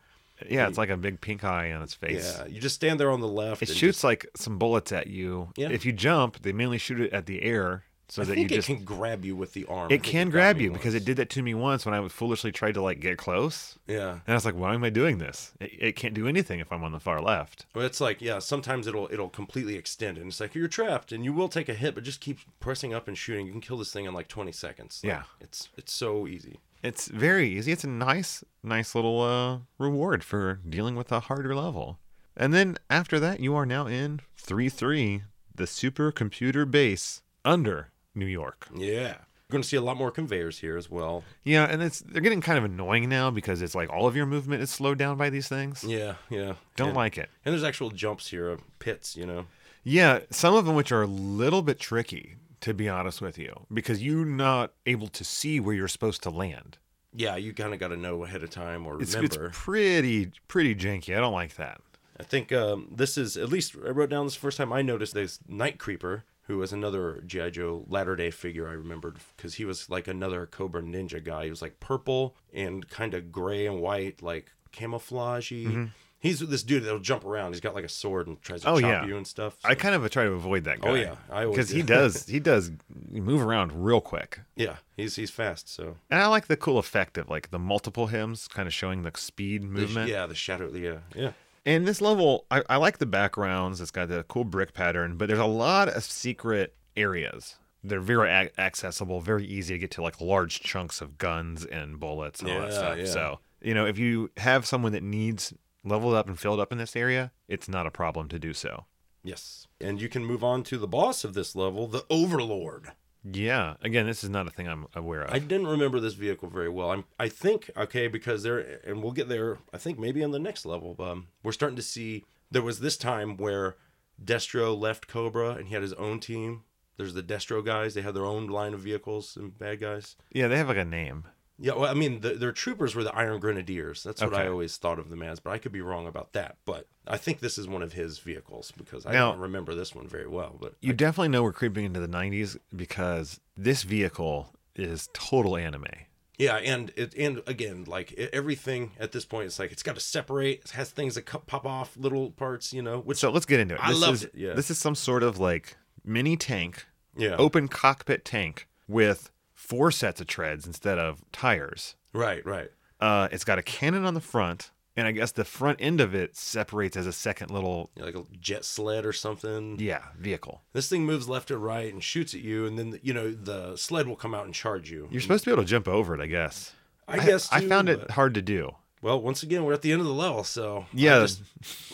[SPEAKER 1] Yeah, it's like a big pink eye on its face.
[SPEAKER 2] Yeah, you just stand there on the left.
[SPEAKER 1] It
[SPEAKER 2] and
[SPEAKER 1] shoots like some bullets at you.
[SPEAKER 2] Yeah.
[SPEAKER 1] If you jump, they mainly shoot it at the air so
[SPEAKER 2] Just, I
[SPEAKER 1] that you
[SPEAKER 2] think it
[SPEAKER 1] just.
[SPEAKER 2] can grab you with the arm. I
[SPEAKER 1] it
[SPEAKER 2] think
[SPEAKER 1] can
[SPEAKER 2] got
[SPEAKER 1] grab
[SPEAKER 2] me
[SPEAKER 1] you because
[SPEAKER 2] once.
[SPEAKER 1] it did that to me once when I foolishly tried to like get close.
[SPEAKER 2] Yeah,
[SPEAKER 1] And I was like, why am I doing this? It, it can't do anything if I'm on the far left.
[SPEAKER 2] Well, it's like yeah. Sometimes it'll it'll completely extend, and it's like you're trapped, and you will take a hit, but just keep pressing up and shooting. You can kill this thing in like 20 seconds. Like,
[SPEAKER 1] Yeah.
[SPEAKER 2] it's it's so easy.
[SPEAKER 1] It's very easy. It's a nice, nice little uh, reward for dealing with a harder level. And then after that, you are now in 3 3, the supercomputer base under New York.
[SPEAKER 2] Yeah, you're gonna see a lot more conveyors here as well.
[SPEAKER 1] Yeah, and it's they're getting kind of annoying now because it's like all of your movement is slowed down by these things.
[SPEAKER 2] Yeah, yeah.
[SPEAKER 1] Don't
[SPEAKER 2] and,
[SPEAKER 1] like it.
[SPEAKER 2] And there's actual jumps here, uh, pits. You know.
[SPEAKER 1] Yeah, some of them which are a little bit tricky, to be honest with you, because you're not able to see where you're supposed to land.
[SPEAKER 2] Yeah, you kind of got to know ahead of time or
[SPEAKER 1] It's, it's
[SPEAKER 2] remember.
[SPEAKER 1] pretty pretty janky. I don't like that.
[SPEAKER 2] I think um, this is at least I wrote down this first time I noticed this Night Creeper, who was another GI Joe latter day figure I remembered because he was like another Cobra Ninja guy. He was like purple and kind of gray and white, like camouflagey. He's this dude that'll jump around. He's got like a sword and tries to
[SPEAKER 1] Mm-hmm. Oh,
[SPEAKER 2] chop
[SPEAKER 1] yeah.
[SPEAKER 2] you and stuff.
[SPEAKER 1] I kind of try to avoid that guy.
[SPEAKER 2] Oh, yeah, I always
[SPEAKER 1] because he
[SPEAKER 2] do.
[SPEAKER 1] does he does move around real quick,
[SPEAKER 2] yeah, he's he's fast. So
[SPEAKER 1] and I like the cool effect of like the multiple hymns kind of showing the speed
[SPEAKER 2] The sh-
[SPEAKER 1] movement.
[SPEAKER 2] yeah, the shadow. Yeah, yeah.
[SPEAKER 1] And this level, I, I like the backgrounds. It's got the cool brick pattern, but there's a lot of secret areas. they're very ac accessible, very easy to get to like large chunks of guns and bullets and all that
[SPEAKER 2] Yeah,
[SPEAKER 1] stuff.
[SPEAKER 2] yeah.
[SPEAKER 1] So, you know, if you have someone that needs leveled up and filled up in this area, it's not a problem to do so.
[SPEAKER 2] Yes. And you can move on to the boss of this level, the Overlord.
[SPEAKER 1] Yeah. Again, this is not a thing I'm aware of.
[SPEAKER 2] I didn't remember this vehicle very well. I'm, I think okay because there, and we'll get there. I think maybe in the next level. Um, we're starting to see there was this time where Destro left Cobra and he had his own team. There's the Destro guys. They had their own line of vehicles and bad guys.
[SPEAKER 1] yeah, they have like a name.
[SPEAKER 2] Yeah, well, I mean, the, their troopers were the Iron Grenadiers. That's what
[SPEAKER 1] Okay.
[SPEAKER 2] I always thought of them as, but I could be wrong about that. But I think this is one of his vehicles because I
[SPEAKER 1] Now-
[SPEAKER 2] don't remember this one very well. But
[SPEAKER 1] You definitely know we're creeping into the 90s because this vehicle is total anime.
[SPEAKER 2] Yeah, and it and again, like e- everything at this point, it's like it's got to separate. It has things that co- pop off, little parts, you know. Which
[SPEAKER 1] So let's get into it.
[SPEAKER 2] I
[SPEAKER 1] this
[SPEAKER 2] loved
[SPEAKER 1] is,
[SPEAKER 2] it, yeah.
[SPEAKER 1] This is some sort of like mini tank,
[SPEAKER 2] yeah,
[SPEAKER 1] open cockpit tank with four sets of treads instead of tires.
[SPEAKER 2] right, right,
[SPEAKER 1] Uh, it's got a cannon on the front, and I guess the front end of it separates as a second little
[SPEAKER 2] You know, like a jet sled or something.
[SPEAKER 1] yeah vehicle.
[SPEAKER 2] This thing moves left and right and shoots at you, and then the, you know the sled will come out and charge you.
[SPEAKER 1] You're supposed to be able to jump over it, I guess.
[SPEAKER 2] I guess
[SPEAKER 1] I
[SPEAKER 2] too,
[SPEAKER 1] found it
[SPEAKER 2] but-
[SPEAKER 1] hard to do.
[SPEAKER 2] Well, once again, we're at the end of the level, so I
[SPEAKER 1] Yeah.
[SPEAKER 2] just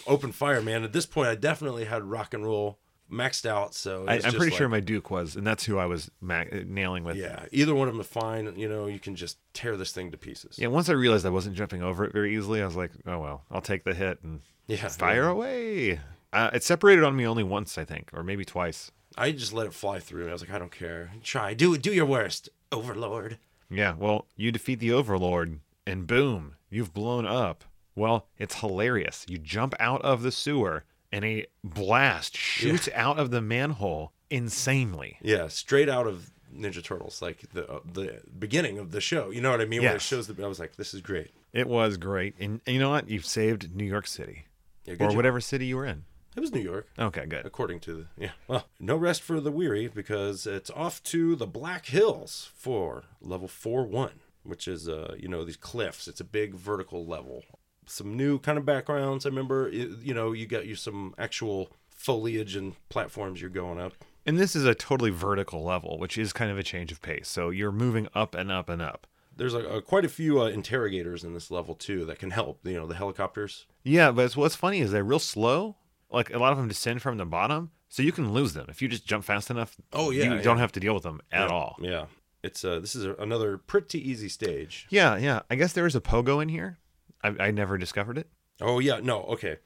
[SPEAKER 2] open fire, man. At this point, I definitely had rock and roll maxed out, so
[SPEAKER 1] I,
[SPEAKER 2] it's
[SPEAKER 1] I'm
[SPEAKER 2] just
[SPEAKER 1] pretty
[SPEAKER 2] like-
[SPEAKER 1] sure my Duke was, and that's who I was ma- nailing with.
[SPEAKER 2] Yeah, either one of them is fine. You know, you can just tear this thing to pieces.
[SPEAKER 1] Yeah, once I realized I wasn't jumping over it very easily, I was like, oh well, I'll take the hit and
[SPEAKER 2] yeah
[SPEAKER 1] fire away. Uh, it separated on me only once, I think, or maybe twice.
[SPEAKER 2] I just let it fly through. I was like, I don't care. Try. Do do your worst, Overlord.
[SPEAKER 1] Yeah, well, you defeat the Overlord, and boom, you've blown up. Well, it's hilarious. You jump out of the sewer, and a blast shoots out of the manhole insanely.
[SPEAKER 2] Yeah, straight out of Ninja Turtles, like the uh, the beginning of the show. You know what I mean? When it
[SPEAKER 1] Yes.
[SPEAKER 2] shows the, I was like, this is great.
[SPEAKER 1] It was great. And, and you know what? You've saved New York City,
[SPEAKER 2] Yeah, good
[SPEAKER 1] or
[SPEAKER 2] job.
[SPEAKER 1] whatever city you were in.
[SPEAKER 2] It was New York,
[SPEAKER 1] Okay, good.
[SPEAKER 2] according to the yeah. Well, no rest for the weary because it's off to the Black Hills for level four one, which is uh you know these cliffs. It's a big vertical level. Some new kind of backgrounds. I remember y- you know you got you some actual foliage and platforms you're going up.
[SPEAKER 1] And this is a totally vertical level, which is kind of a change of pace. So you're moving up and up and up.
[SPEAKER 2] there's a, a quite a few uh, interrogators in this level too that can help. You know, the helicopters.
[SPEAKER 1] Yeah, but it's, what's funny is they're real slow. Like a lot of them descend from the bottom, so you can lose them if you just jump fast enough.
[SPEAKER 2] Oh, yeah,
[SPEAKER 1] you
[SPEAKER 2] yeah.
[SPEAKER 1] don't have to deal with them at
[SPEAKER 2] Yeah.
[SPEAKER 1] all.
[SPEAKER 2] Yeah, it's uh, this is a, another pretty easy stage.
[SPEAKER 1] Yeah, yeah. I guess there is a pogo in here. I, I never discovered it.
[SPEAKER 2] Oh yeah, no, okay,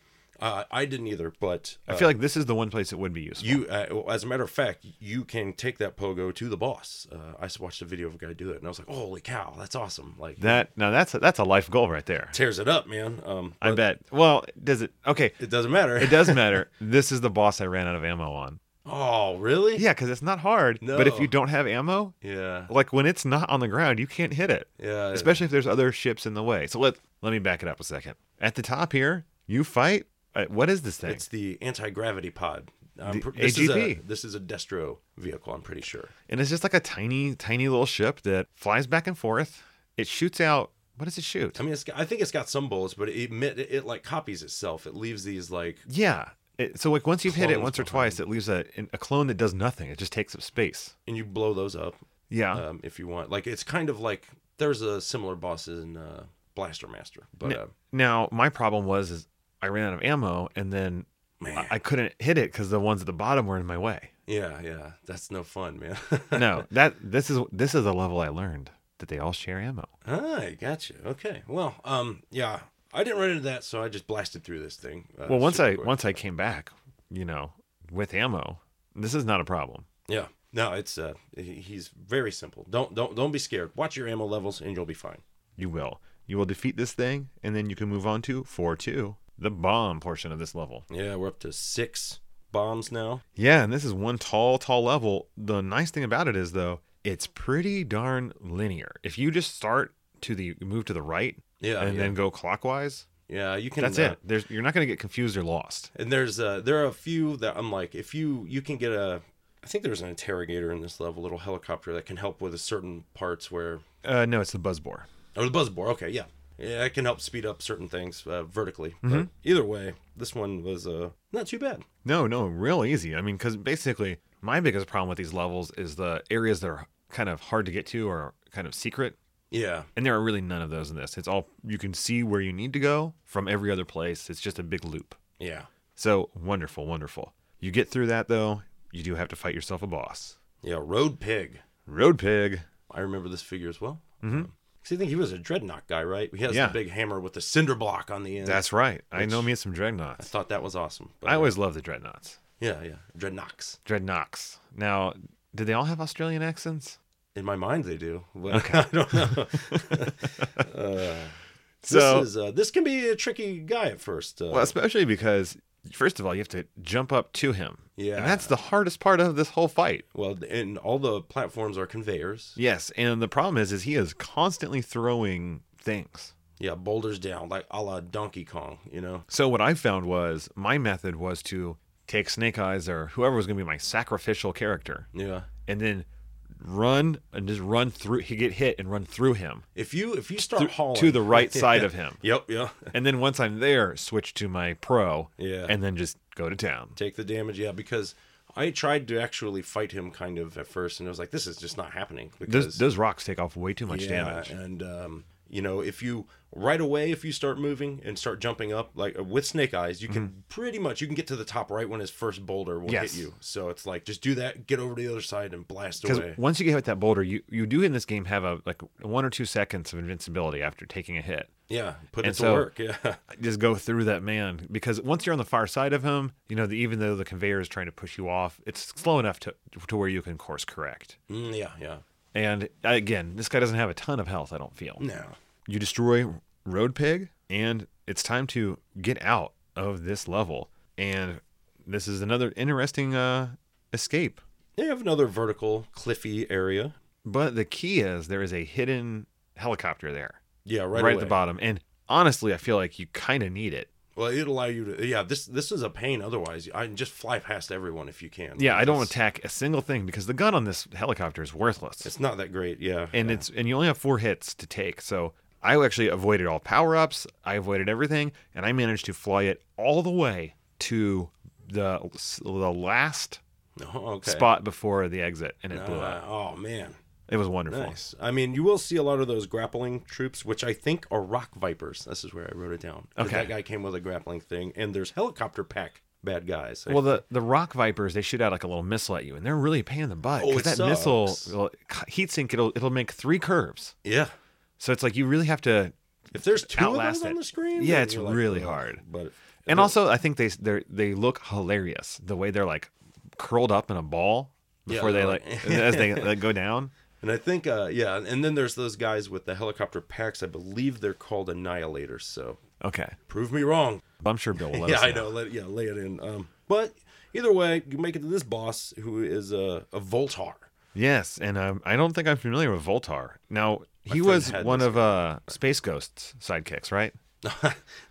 [SPEAKER 2] uh, I didn't either. But
[SPEAKER 1] I
[SPEAKER 2] uh,
[SPEAKER 1] feel like this is the one place it would be useful.
[SPEAKER 2] you, uh, well, as a matter of fact, you can take that pogo to the boss. Uh, I s- watched a video of a guy do it, and I was like, holy cow, that's awesome! Like
[SPEAKER 1] that now that's a, that's a life goal right there.
[SPEAKER 2] tears it up, man. Um,
[SPEAKER 1] I
[SPEAKER 2] but
[SPEAKER 1] bet. Well, does it? Okay,
[SPEAKER 2] it doesn't matter.
[SPEAKER 1] it does matter. this is the boss I ran out of ammo on.
[SPEAKER 2] oh really?
[SPEAKER 1] Yeah, because it's not hard. But if
[SPEAKER 2] No.
[SPEAKER 1] you don't have ammo,
[SPEAKER 2] Yeah.
[SPEAKER 1] like when it's not on the ground, you can't hit it.
[SPEAKER 2] Yeah.
[SPEAKER 1] especially if there's other ships in the way. So let let me back it up a second. At the top here, you fight. uh, What is this thing?
[SPEAKER 2] It's the anti gravity pod. I'm
[SPEAKER 1] The
[SPEAKER 2] pr- this is a
[SPEAKER 1] AGP.
[SPEAKER 2] this is a Destro vehicle. I'm pretty sure.
[SPEAKER 1] and it's just like a tiny, tiny little ship that flies back and forth. It shoots out. What does it shoot?
[SPEAKER 2] I mean, it's got, I think it's got some bullets, but it, emit- it it like copies itself. It leaves these like
[SPEAKER 1] Yeah. It, so like once you've hit it
[SPEAKER 2] Clones
[SPEAKER 1] once or
[SPEAKER 2] behind.
[SPEAKER 1] twice, it leaves a an- a clone that does nothing. It just takes up space.
[SPEAKER 2] and you blow those up
[SPEAKER 1] Yeah.
[SPEAKER 2] um, if you want. Like it's kind of like there's a similar boss in uh, Blaster Master, but
[SPEAKER 1] No.
[SPEAKER 2] uh,
[SPEAKER 1] now my problem was is I ran out of ammo and then
[SPEAKER 2] man,
[SPEAKER 1] I, I couldn't hit it because the ones at the bottom were in my way.
[SPEAKER 2] yeah, yeah, that's no fun, man.
[SPEAKER 1] No, that this is this is a level I learned that they all share ammo.
[SPEAKER 2] I gotcha. Okay, well, um, yeah, I didn't run into that, so I just blasted through this thing. Uh,
[SPEAKER 1] well once
[SPEAKER 2] super
[SPEAKER 1] i
[SPEAKER 2] quick.
[SPEAKER 1] once i came back you know with ammo this is not a problem
[SPEAKER 2] yeah, no, it's uh, he- he's very simple. Don't don't don't be scared. Watch your ammo levels, and you'll be fine.
[SPEAKER 1] you will you will defeat this thing and then you can move on to 4-2 the bomb portion of this level
[SPEAKER 2] Yeah, we're up to six bombs now.
[SPEAKER 1] yeah and this is one tall tall level the nice thing about it is though it's pretty darn linear if you just start to the move to the right
[SPEAKER 2] Yeah,
[SPEAKER 1] and
[SPEAKER 2] Oh, yeah.
[SPEAKER 1] then go clockwise
[SPEAKER 2] Yeah, you can.
[SPEAKER 1] that's
[SPEAKER 2] uh,
[SPEAKER 1] it there's you're not going to get confused or lost
[SPEAKER 2] And there's uh, there are a few that I'm like, if you you can get a, I think there's an interrogator in this level, little helicopter that can help with a certain parts where
[SPEAKER 1] uh no it's the buzz bore
[SPEAKER 2] or the buzz bore. Okay, yeah, yeah, it can help speed up certain things uh, vertically.
[SPEAKER 1] Mm-hmm.
[SPEAKER 2] But either way, this one was uh, not too bad.
[SPEAKER 1] No, no, real easy. I mean, because basically, my biggest problem with these levels is the areas that are kind of hard to get to or kind of secret.
[SPEAKER 2] Yeah,
[SPEAKER 1] And there are really none of those in this. It's all you can see where you need to go from every other place. It's just a big loop.
[SPEAKER 2] yeah,
[SPEAKER 1] So wonderful, wonderful. You get through that though, you do have to fight yourself a boss.
[SPEAKER 2] yeah. Road Pig.
[SPEAKER 1] Road pig.
[SPEAKER 2] I remember this figure as well. Mm-hmm. I think he was a dreadnought guy, right? He has
[SPEAKER 1] Yeah.
[SPEAKER 2] the big hammer with the cinder block on the end.
[SPEAKER 1] That's right. I know
[SPEAKER 2] Which-
[SPEAKER 1] me and some
[SPEAKER 2] I
[SPEAKER 1] dreadnoughts.
[SPEAKER 2] thought that was awesome. But,
[SPEAKER 1] I always love the dreadnoughts.
[SPEAKER 2] yeah, yeah, dreadnoughts.
[SPEAKER 1] Dreadnoughts. Now, did they all have Australian accents?
[SPEAKER 2] In my mind, they do. Well, I don't know.
[SPEAKER 1] So,
[SPEAKER 2] this is uh, this can be a tricky guy at first. Uh,
[SPEAKER 1] well, especially because first of all, you have to jump up to him.
[SPEAKER 2] Yeah.
[SPEAKER 1] And that's the hardest part of this whole fight.
[SPEAKER 2] well, and all the platforms are conveyors.
[SPEAKER 1] Yes, and the problem is is he is constantly throwing things.
[SPEAKER 2] Yeah, boulders down like a la Donkey Kong. You know.
[SPEAKER 1] So what I found was my method was to take Snake Eyes or whoever was going to be my sacrificial character
[SPEAKER 2] Yeah.
[SPEAKER 1] and then run and just run through he get hit and run through him
[SPEAKER 2] If you if you start hauling
[SPEAKER 1] to the right side of him.
[SPEAKER 2] Yep. Yeah.
[SPEAKER 1] And then once I'm there, switch to my pro
[SPEAKER 2] Yeah.
[SPEAKER 1] and then just go to town.
[SPEAKER 2] take the damage. Yeah, because I tried to actually fight him kind of at first, and I was like, this is just not happening. Because
[SPEAKER 1] Those, those rocks take off way too much damage.
[SPEAKER 2] And um, you know, if you right away, if you start moving and start jumping up, like uh, with Snake Eyes, you can pretty much you can get to the top right when his first boulder will
[SPEAKER 1] Mm-hmm. Yes.
[SPEAKER 2] hit you. So it's like just do that, get over to the other side, and blast
[SPEAKER 1] Because
[SPEAKER 2] away.
[SPEAKER 1] once you get hit that boulder, you, you do in this game have a like one or two seconds of invincibility after taking a hit.
[SPEAKER 2] Yeah, put
[SPEAKER 1] and
[SPEAKER 2] it to
[SPEAKER 1] so-
[SPEAKER 2] work. Yeah,
[SPEAKER 1] just go through that man because once you're on the far side of him, you know, the, even though the conveyor is trying to push you off, it's slow enough to, to where you can course correct.
[SPEAKER 2] Mm, yeah, yeah.
[SPEAKER 1] And again, this guy doesn't have a ton of health, I don't feel.
[SPEAKER 2] No,
[SPEAKER 1] You destroy Road Pig, and it's time to get out of this level. And this is another interesting uh, escape.
[SPEAKER 2] they have another vertical cliffy area.
[SPEAKER 1] But the key is there is a hidden helicopter there
[SPEAKER 2] Yeah, right,
[SPEAKER 1] right,
[SPEAKER 2] away.
[SPEAKER 1] at the bottom. And honestly, I feel like you kind of need it.
[SPEAKER 2] Well, it'd allow you to. Yeah, this this is a pain. Otherwise, I can just fly past everyone if you can.
[SPEAKER 1] Yeah, I don't
[SPEAKER 2] It's,
[SPEAKER 1] attack a single thing because the gun on this helicopter is worthless,
[SPEAKER 2] it's not that great. Yeah,
[SPEAKER 1] and
[SPEAKER 2] yeah.
[SPEAKER 1] it's and you only have four hits to take. So I actually avoided all power ups. I avoided everything, and I managed to fly it all the way to the the last
[SPEAKER 2] oh, okay.
[SPEAKER 1] spot before the exit, and it blew
[SPEAKER 2] Uh,
[SPEAKER 1] up.
[SPEAKER 2] oh man,
[SPEAKER 1] It was wonderful.
[SPEAKER 2] nice. I mean, you will see a lot of those grappling troops, which I think are rock vipers. This is where I wrote it down. 'Cause
[SPEAKER 1] Okay.
[SPEAKER 2] that guy came with a grappling thing, and there's helicopter pack bad guys.
[SPEAKER 1] Well, the, the rock vipers they shoot out like a little missile at you, and they're really a pain in the butt
[SPEAKER 2] Oh,
[SPEAKER 1] because
[SPEAKER 2] it
[SPEAKER 1] that missile
[SPEAKER 2] sucks.
[SPEAKER 1] will- heat sink it'll it'll make three curves.
[SPEAKER 2] yeah.
[SPEAKER 1] So it's like you really have to
[SPEAKER 2] If there's two of
[SPEAKER 1] Outlast
[SPEAKER 2] those on
[SPEAKER 1] it.
[SPEAKER 2] the screen,
[SPEAKER 1] Yeah,
[SPEAKER 2] then
[SPEAKER 1] it's
[SPEAKER 2] you're like,
[SPEAKER 1] really
[SPEAKER 2] "Ugh."
[SPEAKER 1] hard.
[SPEAKER 2] But
[SPEAKER 1] And also, I think they they they look hilarious the way they're like curled up in a ball
[SPEAKER 2] Yeah,
[SPEAKER 1] before they
[SPEAKER 2] they're
[SPEAKER 1] like
[SPEAKER 2] like-
[SPEAKER 1] as they like, go down.
[SPEAKER 2] and I think uh, yeah, and then there's those guys with the helicopter packs. I believe they're called annihilators. So
[SPEAKER 1] Okay,
[SPEAKER 2] prove me wrong.
[SPEAKER 1] I'm sure Bill will. Let
[SPEAKER 2] yeah,
[SPEAKER 1] us
[SPEAKER 2] I know. Let, yeah, lay it in. Um, but either way, you make it to this boss who is a, a Voltar.
[SPEAKER 1] Yes, and um, I don't think I'm familiar with Voltar. Now he
[SPEAKER 2] friend
[SPEAKER 1] was
[SPEAKER 2] had
[SPEAKER 1] one
[SPEAKER 2] this
[SPEAKER 1] of uh, Space Ghost's sidekicks, right?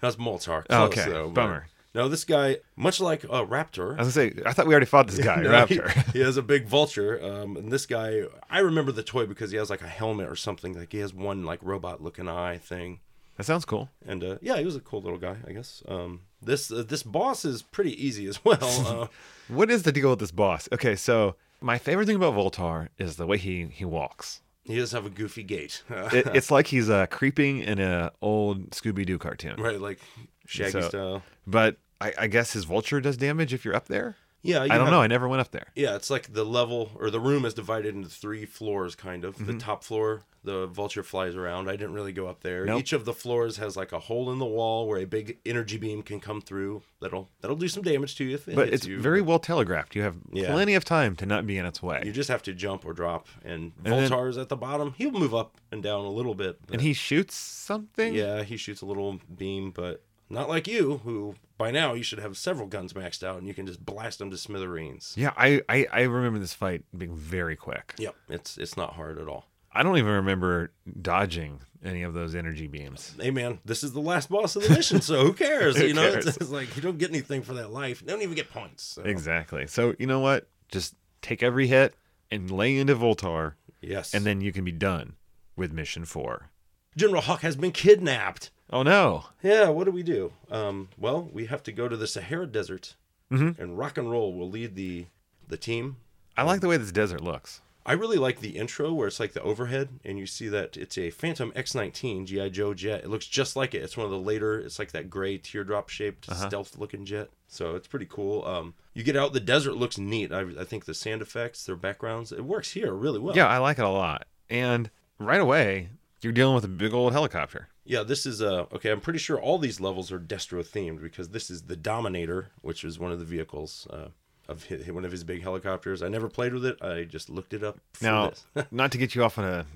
[SPEAKER 2] That's Moltar.
[SPEAKER 1] Oh,
[SPEAKER 2] Close,
[SPEAKER 1] okay.
[SPEAKER 2] though, but-
[SPEAKER 1] Bummer.
[SPEAKER 2] No, this guy, much like a raptor.
[SPEAKER 1] I was gonna say I thought we already fought this guy,
[SPEAKER 2] no,
[SPEAKER 1] Raptor.
[SPEAKER 2] He, he has a big vulture. Um, and this guy, I remember the toy because he has like a helmet or something. Like he has one like robot looking eye thing.
[SPEAKER 1] that sounds cool.
[SPEAKER 2] And uh, yeah, he was a cool little guy, I guess. Um, this uh, this boss is pretty easy as well. Uh,
[SPEAKER 1] What is the deal with this boss? Okay, so my favorite thing about Voltar is the way he he walks.
[SPEAKER 2] he does have a goofy gait,
[SPEAKER 1] It, it's like he's uh, creeping in an old Scooby Doo cartoon.
[SPEAKER 2] right? Like Shaggy
[SPEAKER 1] So-
[SPEAKER 2] style.
[SPEAKER 1] But I, I guess his vulture does damage if you're up there.
[SPEAKER 2] Yeah, you
[SPEAKER 1] I don't
[SPEAKER 2] have-
[SPEAKER 1] know. I never went up there.
[SPEAKER 2] Yeah, it's like the level or the room is divided into three floors, kind of.
[SPEAKER 1] Mm-hmm.
[SPEAKER 2] The top floor, the vulture flies around. I didn't really go up there.
[SPEAKER 1] Nope.
[SPEAKER 2] Each of the floors has like a hole in the wall where a big energy beam can come through. That'll that'll do some damage to you if it
[SPEAKER 1] But
[SPEAKER 2] hits
[SPEAKER 1] it's
[SPEAKER 2] you.
[SPEAKER 1] very well telegraphed. You have
[SPEAKER 2] Yeah.
[SPEAKER 1] plenty of time to not be in its way.
[SPEAKER 2] You just have to jump or drop, and,
[SPEAKER 1] then-
[SPEAKER 2] Voltar's at the bottom. He'll move up and down a little bit. but-
[SPEAKER 1] and he shoots something.
[SPEAKER 2] yeah, he shoots a little beam, but not like you, who by now you should have several guns maxed out and you can just blast them to smithereens.
[SPEAKER 1] Yeah, I, I, I remember this fight being very quick.
[SPEAKER 2] Yep, it's it's not hard at all.
[SPEAKER 1] I don't even remember dodging any of those energy beams.
[SPEAKER 2] hey man, this is the last boss of the mission, so who cares?
[SPEAKER 1] Who
[SPEAKER 2] you know, It's,
[SPEAKER 1] cares?
[SPEAKER 2] it's like you don't get anything for that life. You don't even get points. so-
[SPEAKER 1] Exactly. So, you know what? Just take every hit and lay into Voltar,
[SPEAKER 2] Yes.
[SPEAKER 1] and then you can be done with mission four.
[SPEAKER 2] General Hawk has been kidnapped.
[SPEAKER 1] Oh no.
[SPEAKER 2] Yeah, what do we do? Um, well, we have to go to the Sahara Desert,
[SPEAKER 1] Mm-hmm.
[SPEAKER 2] and rock and roll will lead the the team.
[SPEAKER 1] I like the way this desert looks.
[SPEAKER 2] I really like the intro where it's like the overhead, and you see that it's a Phantom X-19 GI Joe jet. It looks just like it. It's one of the later. It's like that gray teardrop-shaped
[SPEAKER 1] Uh-huh.
[SPEAKER 2] stealth-looking jet. So it's pretty cool. Um, you get out. The desert looks neat. I, I think the sand effects, their backgrounds, it works here really well.
[SPEAKER 1] Yeah, I like it a lot. And right away, you're dealing with a big old helicopter.
[SPEAKER 2] Yeah, this is uh okay. I'm pretty sure all these levels are Destro themed because this is the Dominator, which is one of the vehicles uh, of his, one of his big helicopters. I never played with it. I just looked it up. For
[SPEAKER 1] Now,
[SPEAKER 2] this.
[SPEAKER 1] not to get you off on a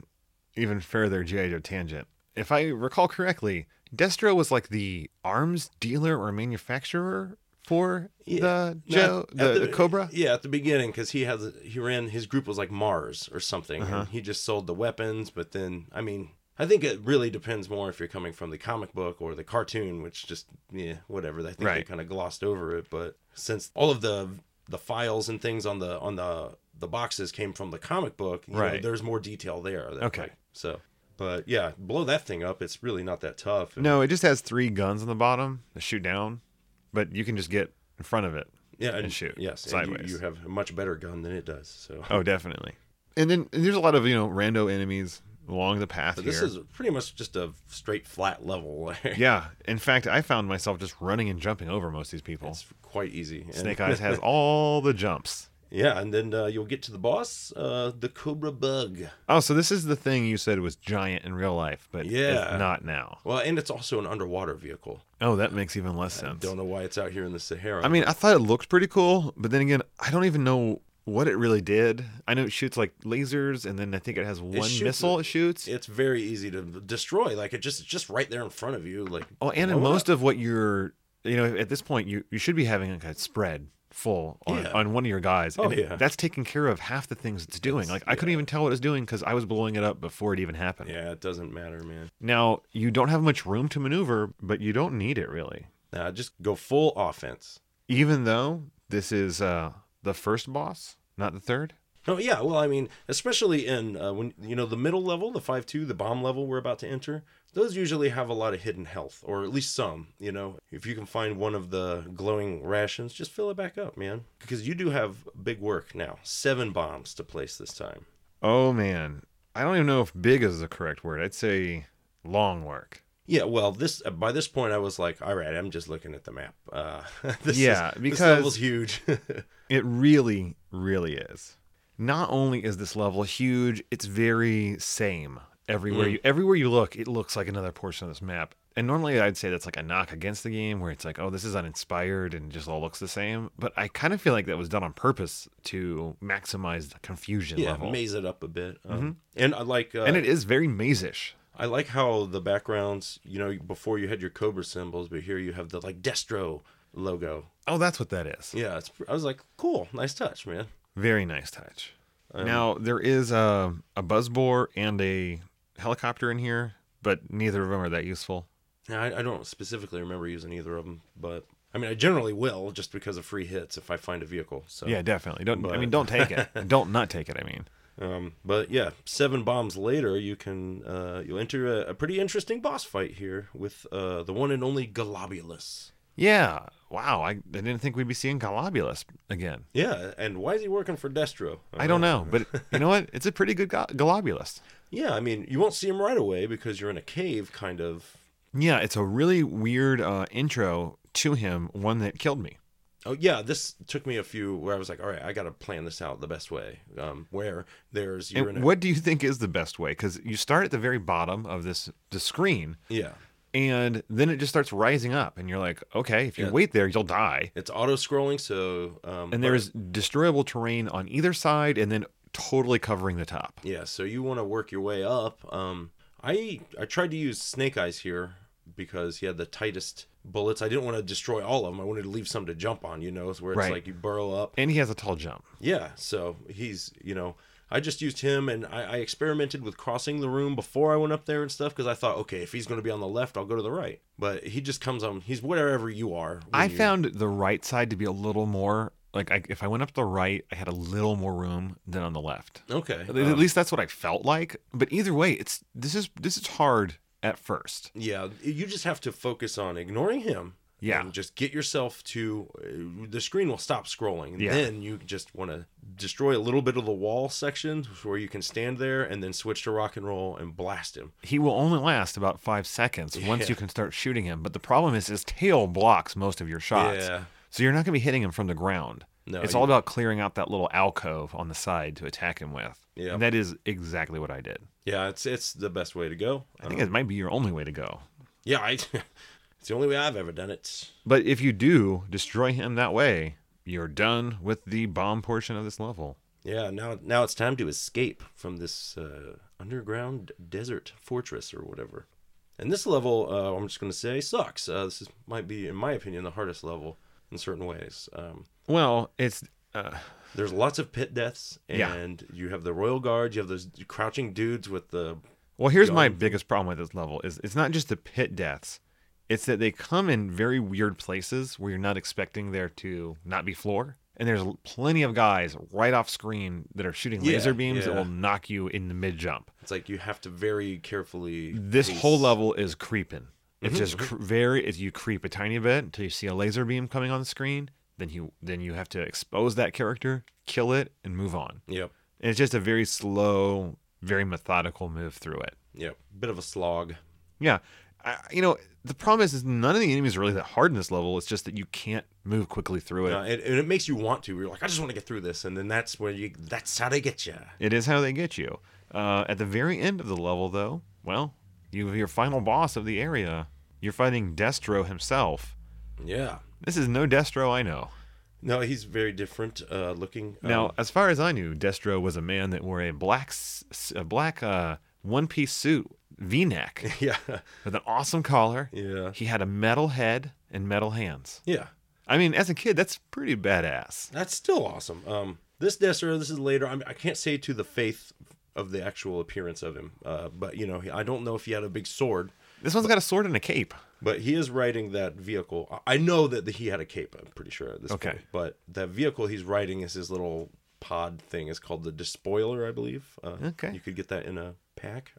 [SPEAKER 1] even further G.I. Joe tangent, if I recall correctly, Destro was like the arms dealer or manufacturer for the
[SPEAKER 2] No,
[SPEAKER 1] Joe,
[SPEAKER 2] at
[SPEAKER 1] the, Cobra.
[SPEAKER 2] Yeah, at the beginning because he has he ran his group was like Mars or something,
[SPEAKER 1] Uh-huh.
[SPEAKER 2] and he just sold the weapons. But then, I mean, I think it really depends more if you're coming from the comic book or the cartoon, which just yeah, whatever. I think they
[SPEAKER 1] Right.
[SPEAKER 2] kind of glossed over it. But since all of the the files and things on the on the the boxes came from the comic book, you know,
[SPEAKER 1] Right.
[SPEAKER 2] there's more detail there. that-
[SPEAKER 1] Okay.
[SPEAKER 2] like, so. But yeah, blow that thing up. It's really not that tough.
[SPEAKER 1] No, it just has three guns on the bottom to shoot down, but you can just get in front of it.
[SPEAKER 2] yeah, and,
[SPEAKER 1] shoot
[SPEAKER 2] Yes, and
[SPEAKER 1] sideways.
[SPEAKER 2] you, you have a much better gun than it does. So
[SPEAKER 1] Oh, definitely. And then and there's a lot of you know rando enemies along the path
[SPEAKER 2] But
[SPEAKER 1] here.
[SPEAKER 2] this is pretty much just a straight flat level.
[SPEAKER 1] yeah. In fact, I found myself just running and jumping over most of these people.
[SPEAKER 2] it's quite easy. And-
[SPEAKER 1] Snake Eyes has all the jumps.
[SPEAKER 2] Yeah, and then uh, you'll get to the boss, uh, the Cobra Bug.
[SPEAKER 1] Oh, so this is the thing you said was giant in real life, but yeah.
[SPEAKER 2] Yeah.
[SPEAKER 1] it's not now.
[SPEAKER 2] Well, and it's also an underwater vehicle.
[SPEAKER 1] Oh, that makes even less sense.
[SPEAKER 2] Don't know why it's out here in the Sahara.
[SPEAKER 1] I mean, I thought it looked pretty cool, but then again, I don't even know what it really did. I know it shoots like lasers, and then I think it has one
[SPEAKER 2] shoots
[SPEAKER 1] missile
[SPEAKER 2] a-
[SPEAKER 1] it shoots.
[SPEAKER 2] it's very easy to destroy. Like it just it's just right there in front of you. Like
[SPEAKER 1] oh, and in
[SPEAKER 2] blow it
[SPEAKER 1] most of what you're, you know, at this point, you, you should be having like a spread full on,
[SPEAKER 2] Yeah.
[SPEAKER 1] on one of your guys.
[SPEAKER 2] Oh,
[SPEAKER 1] and
[SPEAKER 2] yeah.
[SPEAKER 1] That's taking care of half the things it's doing. like, I couldn't even tell what it was doing because I was blowing it up before it even happened.
[SPEAKER 2] yeah, it doesn't matter, man.
[SPEAKER 1] Now, you don't have much room to maneuver, but you don't need it really.
[SPEAKER 2] Nah, just go full offense.
[SPEAKER 1] even though this is uh, the first boss, not the third.
[SPEAKER 2] Oh yeah, well I mean, especially in uh, when you know the middle level, the five two, the bomb level we're about to enter. Those usually have a lot of hidden health, or at least some. You know, if you can find one of the glowing rations, just fill it back up, man. Because you do have big work now. Seven bombs to place this time.
[SPEAKER 1] Oh man, I don't even know if big is the correct word. I'd say long work.
[SPEAKER 2] Yeah, well, this uh, by this point I was like, all right, I'm just looking at the map. Uh, this
[SPEAKER 1] Yeah,
[SPEAKER 2] is, this
[SPEAKER 1] because-
[SPEAKER 2] level's huge.
[SPEAKER 1] It really, really is. Not only is this level huge, it's very same
[SPEAKER 2] Mm.
[SPEAKER 1] everywhere you everywhere you look. It looks like another portion of this map. And normally I'd say that's like a knock against the game where it's like, oh, this is uninspired and just all looks the same. But I kind of feel like that was done on purpose to maximize the confusion
[SPEAKER 2] yeah,
[SPEAKER 1] level. Mm-hmm.
[SPEAKER 2] maze it up a bit. Um, And I like uh,
[SPEAKER 1] and it is very mazish.
[SPEAKER 2] I like how the backgrounds, you know, before you had your Cobra symbols, but here you have the like Destro logo.
[SPEAKER 1] Oh, that's what that is.
[SPEAKER 2] Yeah, it's, I was like, cool, nice touch, man.
[SPEAKER 1] Very nice touch.
[SPEAKER 2] Um,
[SPEAKER 1] now there is a a buzz bore and a helicopter in here, but neither of them are that useful.
[SPEAKER 2] Now, I, I don't specifically remember using either of them, but I mean, I generally will just because of free hits if I find a vehicle. So
[SPEAKER 1] Yeah, definitely. Don't I
[SPEAKER 2] But-
[SPEAKER 1] mean don't take it. don't not take it. I mean,
[SPEAKER 2] Um, but yeah, seven bombs later, you can uh, you'll enter a, a pretty interesting boss fight here with uh, the one and only Galobulus.
[SPEAKER 1] yeah. Wow, I, I didn't think we'd be seeing Galabulus again.
[SPEAKER 2] Yeah, and why is he working for Destro?
[SPEAKER 1] I don't know, but you know what? It's a pretty good Ga- Galabulus.
[SPEAKER 2] Yeah, I mean, you won't see him right away because you're in a cave, kind of.
[SPEAKER 1] Yeah, it's a really weird uh, intro to him, one that killed me.
[SPEAKER 2] Oh yeah, this took me a few where I was like, all right, I gotta plan this out the best way. Um, where there's you're in
[SPEAKER 1] And
[SPEAKER 2] a,
[SPEAKER 1] what do you think is the best way? Because you start at the very bottom of this the screen,
[SPEAKER 2] yeah,
[SPEAKER 1] and then it just starts rising up and you're like okay if you wait there you'll die
[SPEAKER 2] it's auto scrolling, so um,
[SPEAKER 1] and
[SPEAKER 2] but-
[SPEAKER 1] there's destroyable terrain on either side and then totally covering the top
[SPEAKER 2] yeah, so you want to work your way up. Um, I I tried to use Snake Eyes here because he had the tightest bullets. I didn't want to destroy all of them. I wanted to leave some to jump on. You know, it's where it's
[SPEAKER 1] Right.
[SPEAKER 2] like you burrow up
[SPEAKER 1] and he has a tall jump
[SPEAKER 2] Yeah, so he's you know I just used him and I, I experimented with crossing the room before I went up there and stuff because I thought okay if he's gonna be on the left I'll go to the right but he just comes on he's wherever you are. when
[SPEAKER 1] i
[SPEAKER 2] you-
[SPEAKER 1] found the right side to be a little more like I, if i went up the right i had a little more room than on the left
[SPEAKER 2] okay Um,
[SPEAKER 1] at least that's what i felt like but either way it's this is this is hard at first.
[SPEAKER 2] Yeah, you just have to focus on ignoring him.
[SPEAKER 1] Yeah.
[SPEAKER 2] And just get yourself to uh, the screen will stop scrolling. And
[SPEAKER 1] Yeah.
[SPEAKER 2] Then you just want to destroy a little bit of the wall section where you can stand there and then switch to rock and roll and blast him.
[SPEAKER 1] He will only last about five seconds once
[SPEAKER 2] Yeah.
[SPEAKER 1] you can start shooting him. But the problem is his tail blocks most of your shots.
[SPEAKER 2] Yeah.
[SPEAKER 1] So you're not going to be hitting him from the ground.
[SPEAKER 2] No,
[SPEAKER 1] it's
[SPEAKER 2] you-
[SPEAKER 1] all about clearing out that little alcove on the side to attack him with.
[SPEAKER 2] Yeah.
[SPEAKER 1] And that is exactly what I did.
[SPEAKER 2] Yeah, it's it's the best way to go.
[SPEAKER 1] I think it might be your only way to go.
[SPEAKER 2] Yeah, I, it's the only way I've ever done it.
[SPEAKER 1] But if you do destroy him that way, you're done with the bomb portion of this level.
[SPEAKER 2] Yeah, now now it's time to escape from this uh, underground desert fortress or whatever. And this level, uh, I'm just gonna say, sucks. Uh, this is, might be, in my opinion, the hardest level in certain ways. Um,
[SPEAKER 1] Well, it's uh,
[SPEAKER 2] there's lots of pit deaths,
[SPEAKER 1] Yeah.
[SPEAKER 2] and you have the royal guard. You have those crouching dudes with the
[SPEAKER 1] well. Here's my biggest problem with this level: is it's not just the pit deaths, it's that they come in very weird places where you're not expecting there to not be floor. And there's plenty of guys right off screen that are shooting
[SPEAKER 2] Yeah,
[SPEAKER 1] laser beams that
[SPEAKER 2] yeah.
[SPEAKER 1] will knock you in the mid jump.
[SPEAKER 2] It's like you have to very carefully.
[SPEAKER 1] this
[SPEAKER 2] pace.
[SPEAKER 1] whole level is creeping. It's just cr- very. It's you creep a tiny bit until you see a laser beam coming on the screen. Then you then you have to expose that character, kill it, and move on.
[SPEAKER 2] Yep,
[SPEAKER 1] And it's just a very slow, very methodical move through it.
[SPEAKER 2] yep. Bit of a slog.
[SPEAKER 1] Yeah, I, you know the problem is, is none of the enemies are really that hard in this level. It's just that you can't move quickly through it.
[SPEAKER 2] Uh, and, and it makes you want to. You're like, I just want to get through this, and then that's where you. That's how they get you.
[SPEAKER 1] It is how they get you. Uh, at the very end of the level, though, well, you have your final boss of the area. You're fighting Destro himself.
[SPEAKER 2] Yeah.
[SPEAKER 1] This is no Destro I know.
[SPEAKER 2] No, he's very different uh, looking. Um,
[SPEAKER 1] Now, as far as I knew, Destro was a man that wore a black, s- s- a black uh, one-piece suit, V-neck,
[SPEAKER 2] yeah,
[SPEAKER 1] with an awesome collar.
[SPEAKER 2] yeah,
[SPEAKER 1] He had a metal head and metal hands.
[SPEAKER 2] yeah.
[SPEAKER 1] I mean, as a kid, that's pretty badass.
[SPEAKER 2] That's still awesome. Um, this Destro, this is later. I, mean, I can't say to the faith of the actual appearance of him, uh, but you know, I don't know if he had a big sword.
[SPEAKER 1] This one's got a sword and a cape.
[SPEAKER 2] But he is riding that vehicle. I- I know that he had a cape. I'm pretty sure at this
[SPEAKER 1] Okay.
[SPEAKER 2] point. But that vehicle he's riding is his little pod thing. It's called the Despoiler, I believe. Uh,
[SPEAKER 1] Okay.
[SPEAKER 2] You could get that in a pack.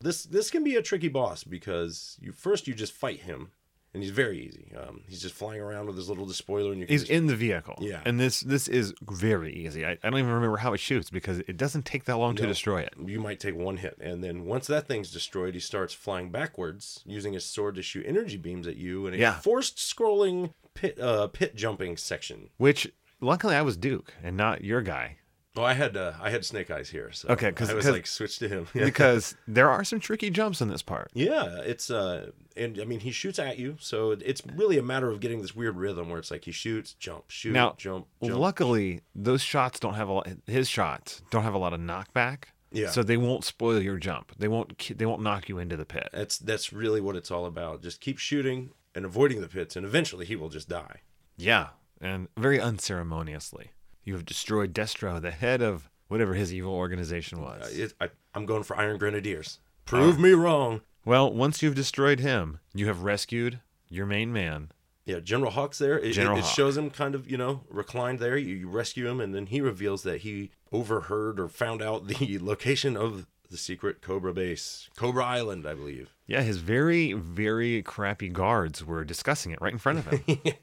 [SPEAKER 2] This this can be a tricky boss because you first you just fight him, and he's very easy. Um, he's just flying around with his little Despoiler, and you can
[SPEAKER 1] He's
[SPEAKER 2] just-
[SPEAKER 1] in the vehicle.
[SPEAKER 2] Yeah.
[SPEAKER 1] And this this is very easy. I, I don't even remember how it shoots because it doesn't take that long to
[SPEAKER 2] No.
[SPEAKER 1] destroy it.
[SPEAKER 2] you might take one hit, and then once that thing's destroyed, he starts flying backwards, using his sword to shoot energy beams at you, and a
[SPEAKER 1] Yeah.
[SPEAKER 2] forced scrolling pit uh, pit jumping section.
[SPEAKER 1] Which, luckily, I was Duke and not your guy.
[SPEAKER 2] Oh, I had uh, I had Snake Eyes here, so
[SPEAKER 1] Okay, 'cause-
[SPEAKER 2] I was
[SPEAKER 1] 'cause-
[SPEAKER 2] like switched to him. Yeah.
[SPEAKER 1] Because there are some tricky jumps in this part.
[SPEAKER 2] yeah, it's uh, and I mean he shoots at you, so it- it's really a matter of getting this weird rhythm where it's like he shoots, jump, shoot,
[SPEAKER 1] Now,
[SPEAKER 2] jump, jump.
[SPEAKER 1] Luckily, those shots don't have a lot, his shots don't have a lot of knockback.
[SPEAKER 2] Yeah.
[SPEAKER 1] So they won't spoil your jump. They won't ki- they won't knock you into the pit.
[SPEAKER 2] That's that's really what it's all about. Just keep shooting and avoiding the pits, and eventually he will just die.
[SPEAKER 1] Yeah. And very unceremoniously. You have destroyed Destro, the head of whatever his evil organization was.
[SPEAKER 2] Uh, It, I, I'm going for Iron Grenadiers. Prove
[SPEAKER 1] Uh,
[SPEAKER 2] me wrong.
[SPEAKER 1] well, once you've destroyed him, you have rescued your main man.
[SPEAKER 2] Yeah, General Hawk's there. It, it-
[SPEAKER 1] General
[SPEAKER 2] it
[SPEAKER 1] Hawk.
[SPEAKER 2] shows him kind of, you know, reclined there. You, you rescue him, and then he reveals that he overheard or found out the location of the secret Cobra base, Cobra Island, I believe.
[SPEAKER 1] Yeah, his very, very crappy guards were discussing it right in front of him.
[SPEAKER 2] And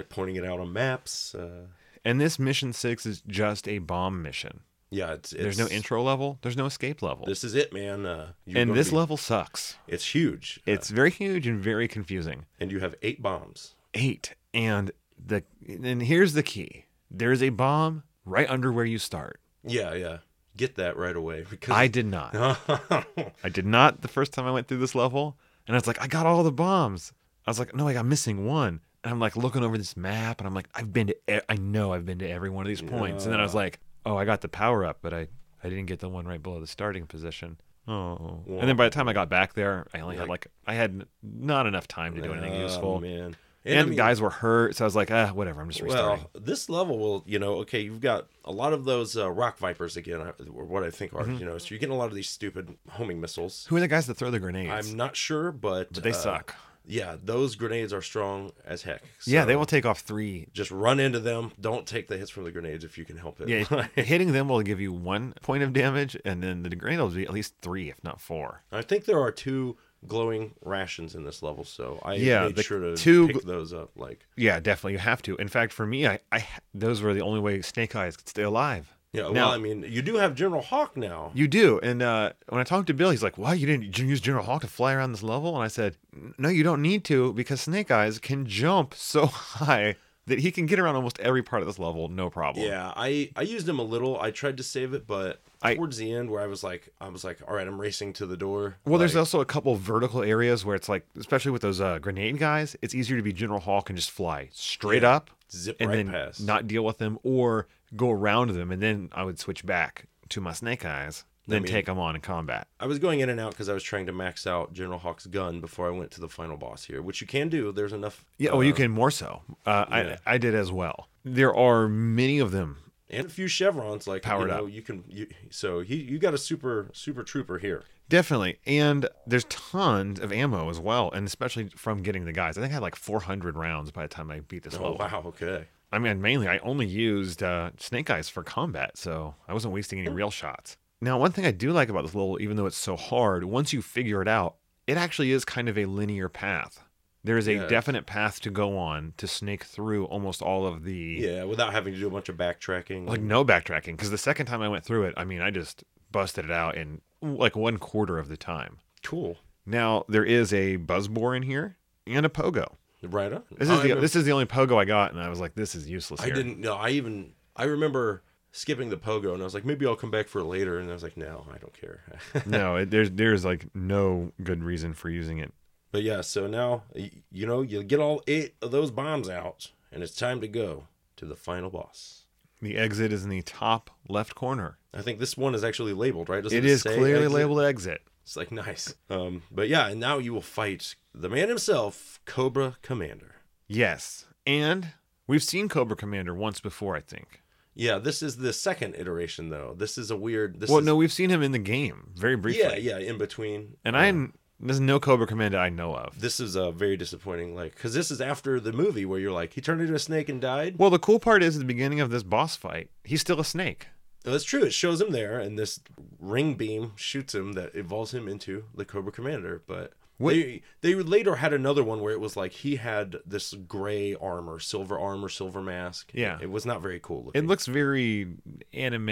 [SPEAKER 2] they're pointing it out on maps. Uh,
[SPEAKER 1] and this mission six is just a bomb mission.
[SPEAKER 2] yeah, it's, it's
[SPEAKER 1] There's no intro level, there's no escape level.
[SPEAKER 2] This is it, man. Uh, you're
[SPEAKER 1] and
[SPEAKER 2] gonna
[SPEAKER 1] this
[SPEAKER 2] be-
[SPEAKER 1] level sucks.
[SPEAKER 2] it's huge,
[SPEAKER 1] It's very huge and very confusing.
[SPEAKER 2] and you have eight bombs.
[SPEAKER 1] Eight. And the and here's the key. There's a bomb right under where you start.
[SPEAKER 2] Yeah, yeah. Get that right away because
[SPEAKER 1] I did not. I did not the first time I went through this level. And I was like, I got all the bombs. I was like, no, like I'm missing one. And I'm like looking over this map and I'm like, I've been to e- I know I've been to every one of these points. And then I was like, oh, I got the power up, but I I didn't get the one right below the starting position. Oh. And then by the time I got back there, I only had like I had not enough time to do anything
[SPEAKER 2] Oh,
[SPEAKER 1] useful.
[SPEAKER 2] man.
[SPEAKER 1] And,
[SPEAKER 2] I mean-
[SPEAKER 1] guys were hurt, so I was like, ah, whatever, I'm just restarting.
[SPEAKER 2] Well, this level will, you know, okay, you've got a lot of those uh, rock vipers again, uh, or what I think
[SPEAKER 1] Mm-hmm.
[SPEAKER 2] are, you know, so you're getting a lot of these stupid homing missiles.
[SPEAKER 1] Who are the guys that throw the grenades?
[SPEAKER 2] I'm not sure, but,
[SPEAKER 1] but they
[SPEAKER 2] uh,
[SPEAKER 1] suck.
[SPEAKER 2] Yeah, those grenades are strong as heck.
[SPEAKER 1] yeah,
[SPEAKER 2] So
[SPEAKER 1] they will take off three.
[SPEAKER 2] just run into them. Don't take the hits from the grenades if you can help it.
[SPEAKER 1] Yeah, hitting them will give you one point of damage, and then the grenade will be at least three, if not four.
[SPEAKER 2] I think there are two glowing rations in this level, so I
[SPEAKER 1] Yeah,
[SPEAKER 2] made
[SPEAKER 1] the
[SPEAKER 2] sure to
[SPEAKER 1] two
[SPEAKER 2] pick
[SPEAKER 1] gl-
[SPEAKER 2] those up. Like,
[SPEAKER 1] Yeah, definitely. You have to. In fact, for me, I, I those were the only way Snake Eyes could stay alive.
[SPEAKER 2] yeah,
[SPEAKER 1] Now-
[SPEAKER 2] well, I mean, you do have General Hawk now.
[SPEAKER 1] You do. And uh, when I talked to Bill, he's like, "Why you didn't use General Hawk to fly around this level?" And I said, "No, you don't need to because Snake Eyes can jump so high that he can get around almost every part of this level, no problem."
[SPEAKER 2] Yeah, I I used him a little. I tried to save it, but
[SPEAKER 1] I-
[SPEAKER 2] towards the end, where I was like, I was like, all right, I'm racing to the door.
[SPEAKER 1] Well, there's
[SPEAKER 2] Like,
[SPEAKER 1] also a couple vertical areas where it's like, especially with those uh, grenade guys, it's easier to be General Hawk and just fly straight
[SPEAKER 2] Yeah.
[SPEAKER 1] up
[SPEAKER 2] zip
[SPEAKER 1] and
[SPEAKER 2] right
[SPEAKER 1] then
[SPEAKER 2] past.
[SPEAKER 1] not deal with them, or go around them, and then I would switch back to my Snake Eyes, then
[SPEAKER 2] mean-
[SPEAKER 1] take them on in combat.
[SPEAKER 2] I was going in and out because I was trying to max out General Hawk's gun before I went to the final boss here, which you can do. There's enough.
[SPEAKER 1] Yeah,
[SPEAKER 2] uh,
[SPEAKER 1] well, you can more so. Uh,
[SPEAKER 2] yeah.
[SPEAKER 1] I I did as well. There are many of them.
[SPEAKER 2] and a few chevrons like
[SPEAKER 1] Powered
[SPEAKER 2] you know, You can you, so he you got a super super trooper here.
[SPEAKER 1] Definitely. And there's tons of ammo as well, and especially from getting the guys. I think I had like 400 rounds by the time I beat this
[SPEAKER 2] Oh
[SPEAKER 1] level.
[SPEAKER 2] wow, okay.
[SPEAKER 1] I mean, mainly I only used uh, Snake Eyes for combat, so I wasn't wasting
[SPEAKER 2] Oh.
[SPEAKER 1] any real shots. Now, one thing I do like about this level, even though it's so hard, once you figure it out, it actually is kind of a linear path. There is a
[SPEAKER 2] Yes.
[SPEAKER 1] definite path to go on to snake through almost all of the
[SPEAKER 2] Yeah, without having to do a bunch of backtracking.
[SPEAKER 1] like no backtracking because the second time I went through it, I mean, I just busted it out in like one quarter of the time.
[SPEAKER 2] cool.
[SPEAKER 1] Now there is a buzzbore in here and a pogo.
[SPEAKER 2] Right on.
[SPEAKER 1] This
[SPEAKER 2] I
[SPEAKER 1] is the
[SPEAKER 2] remember-
[SPEAKER 1] this is the only pogo I got, and I was like, this is useless.
[SPEAKER 2] I
[SPEAKER 1] here.
[SPEAKER 2] didn't know. I even I remember skipping the pogo, and I was like, maybe I'll come back for it later. And I was like, no, I don't care.
[SPEAKER 1] no, it, there's there's like no good reason for using it.
[SPEAKER 2] but yeah, so now y- you know you get all eight of those bombs out, and it's time to go to the final boss.
[SPEAKER 1] The exit is in the top left corner.
[SPEAKER 2] I think this one is actually labeled, right? Doesn't
[SPEAKER 1] It
[SPEAKER 2] it
[SPEAKER 1] is
[SPEAKER 2] say
[SPEAKER 1] clearly
[SPEAKER 2] exit?
[SPEAKER 1] labeled exit.
[SPEAKER 2] It's like nice. Um, but yeah, and now you will fight the man himself, Cobra Commander.
[SPEAKER 1] Yes, and we've seen Cobra Commander once before, I think.
[SPEAKER 2] Yeah, this is the second iteration though. This is a weird. This
[SPEAKER 1] well,
[SPEAKER 2] is,
[SPEAKER 1] no, we've seen him in the game very briefly.
[SPEAKER 2] Yeah, yeah, in between.
[SPEAKER 1] And
[SPEAKER 2] Uh,
[SPEAKER 1] I there's no Cobra Commander I know of.
[SPEAKER 2] This is a uh, very disappointing, like, because this is after the movie where you're like, he turned into a snake and died.
[SPEAKER 1] Well, the cool part is at the beginning of this boss fight, he's still a snake.
[SPEAKER 2] That's true. It shows him there, and this ring beam shoots him that evolves him into the Cobra Commander. But
[SPEAKER 1] What-
[SPEAKER 2] they they later had another one where it was like he had this gray armor, silver armor, silver mask.
[SPEAKER 1] Yeah.
[SPEAKER 2] it was not very cool. Looking.
[SPEAKER 1] It looks very anime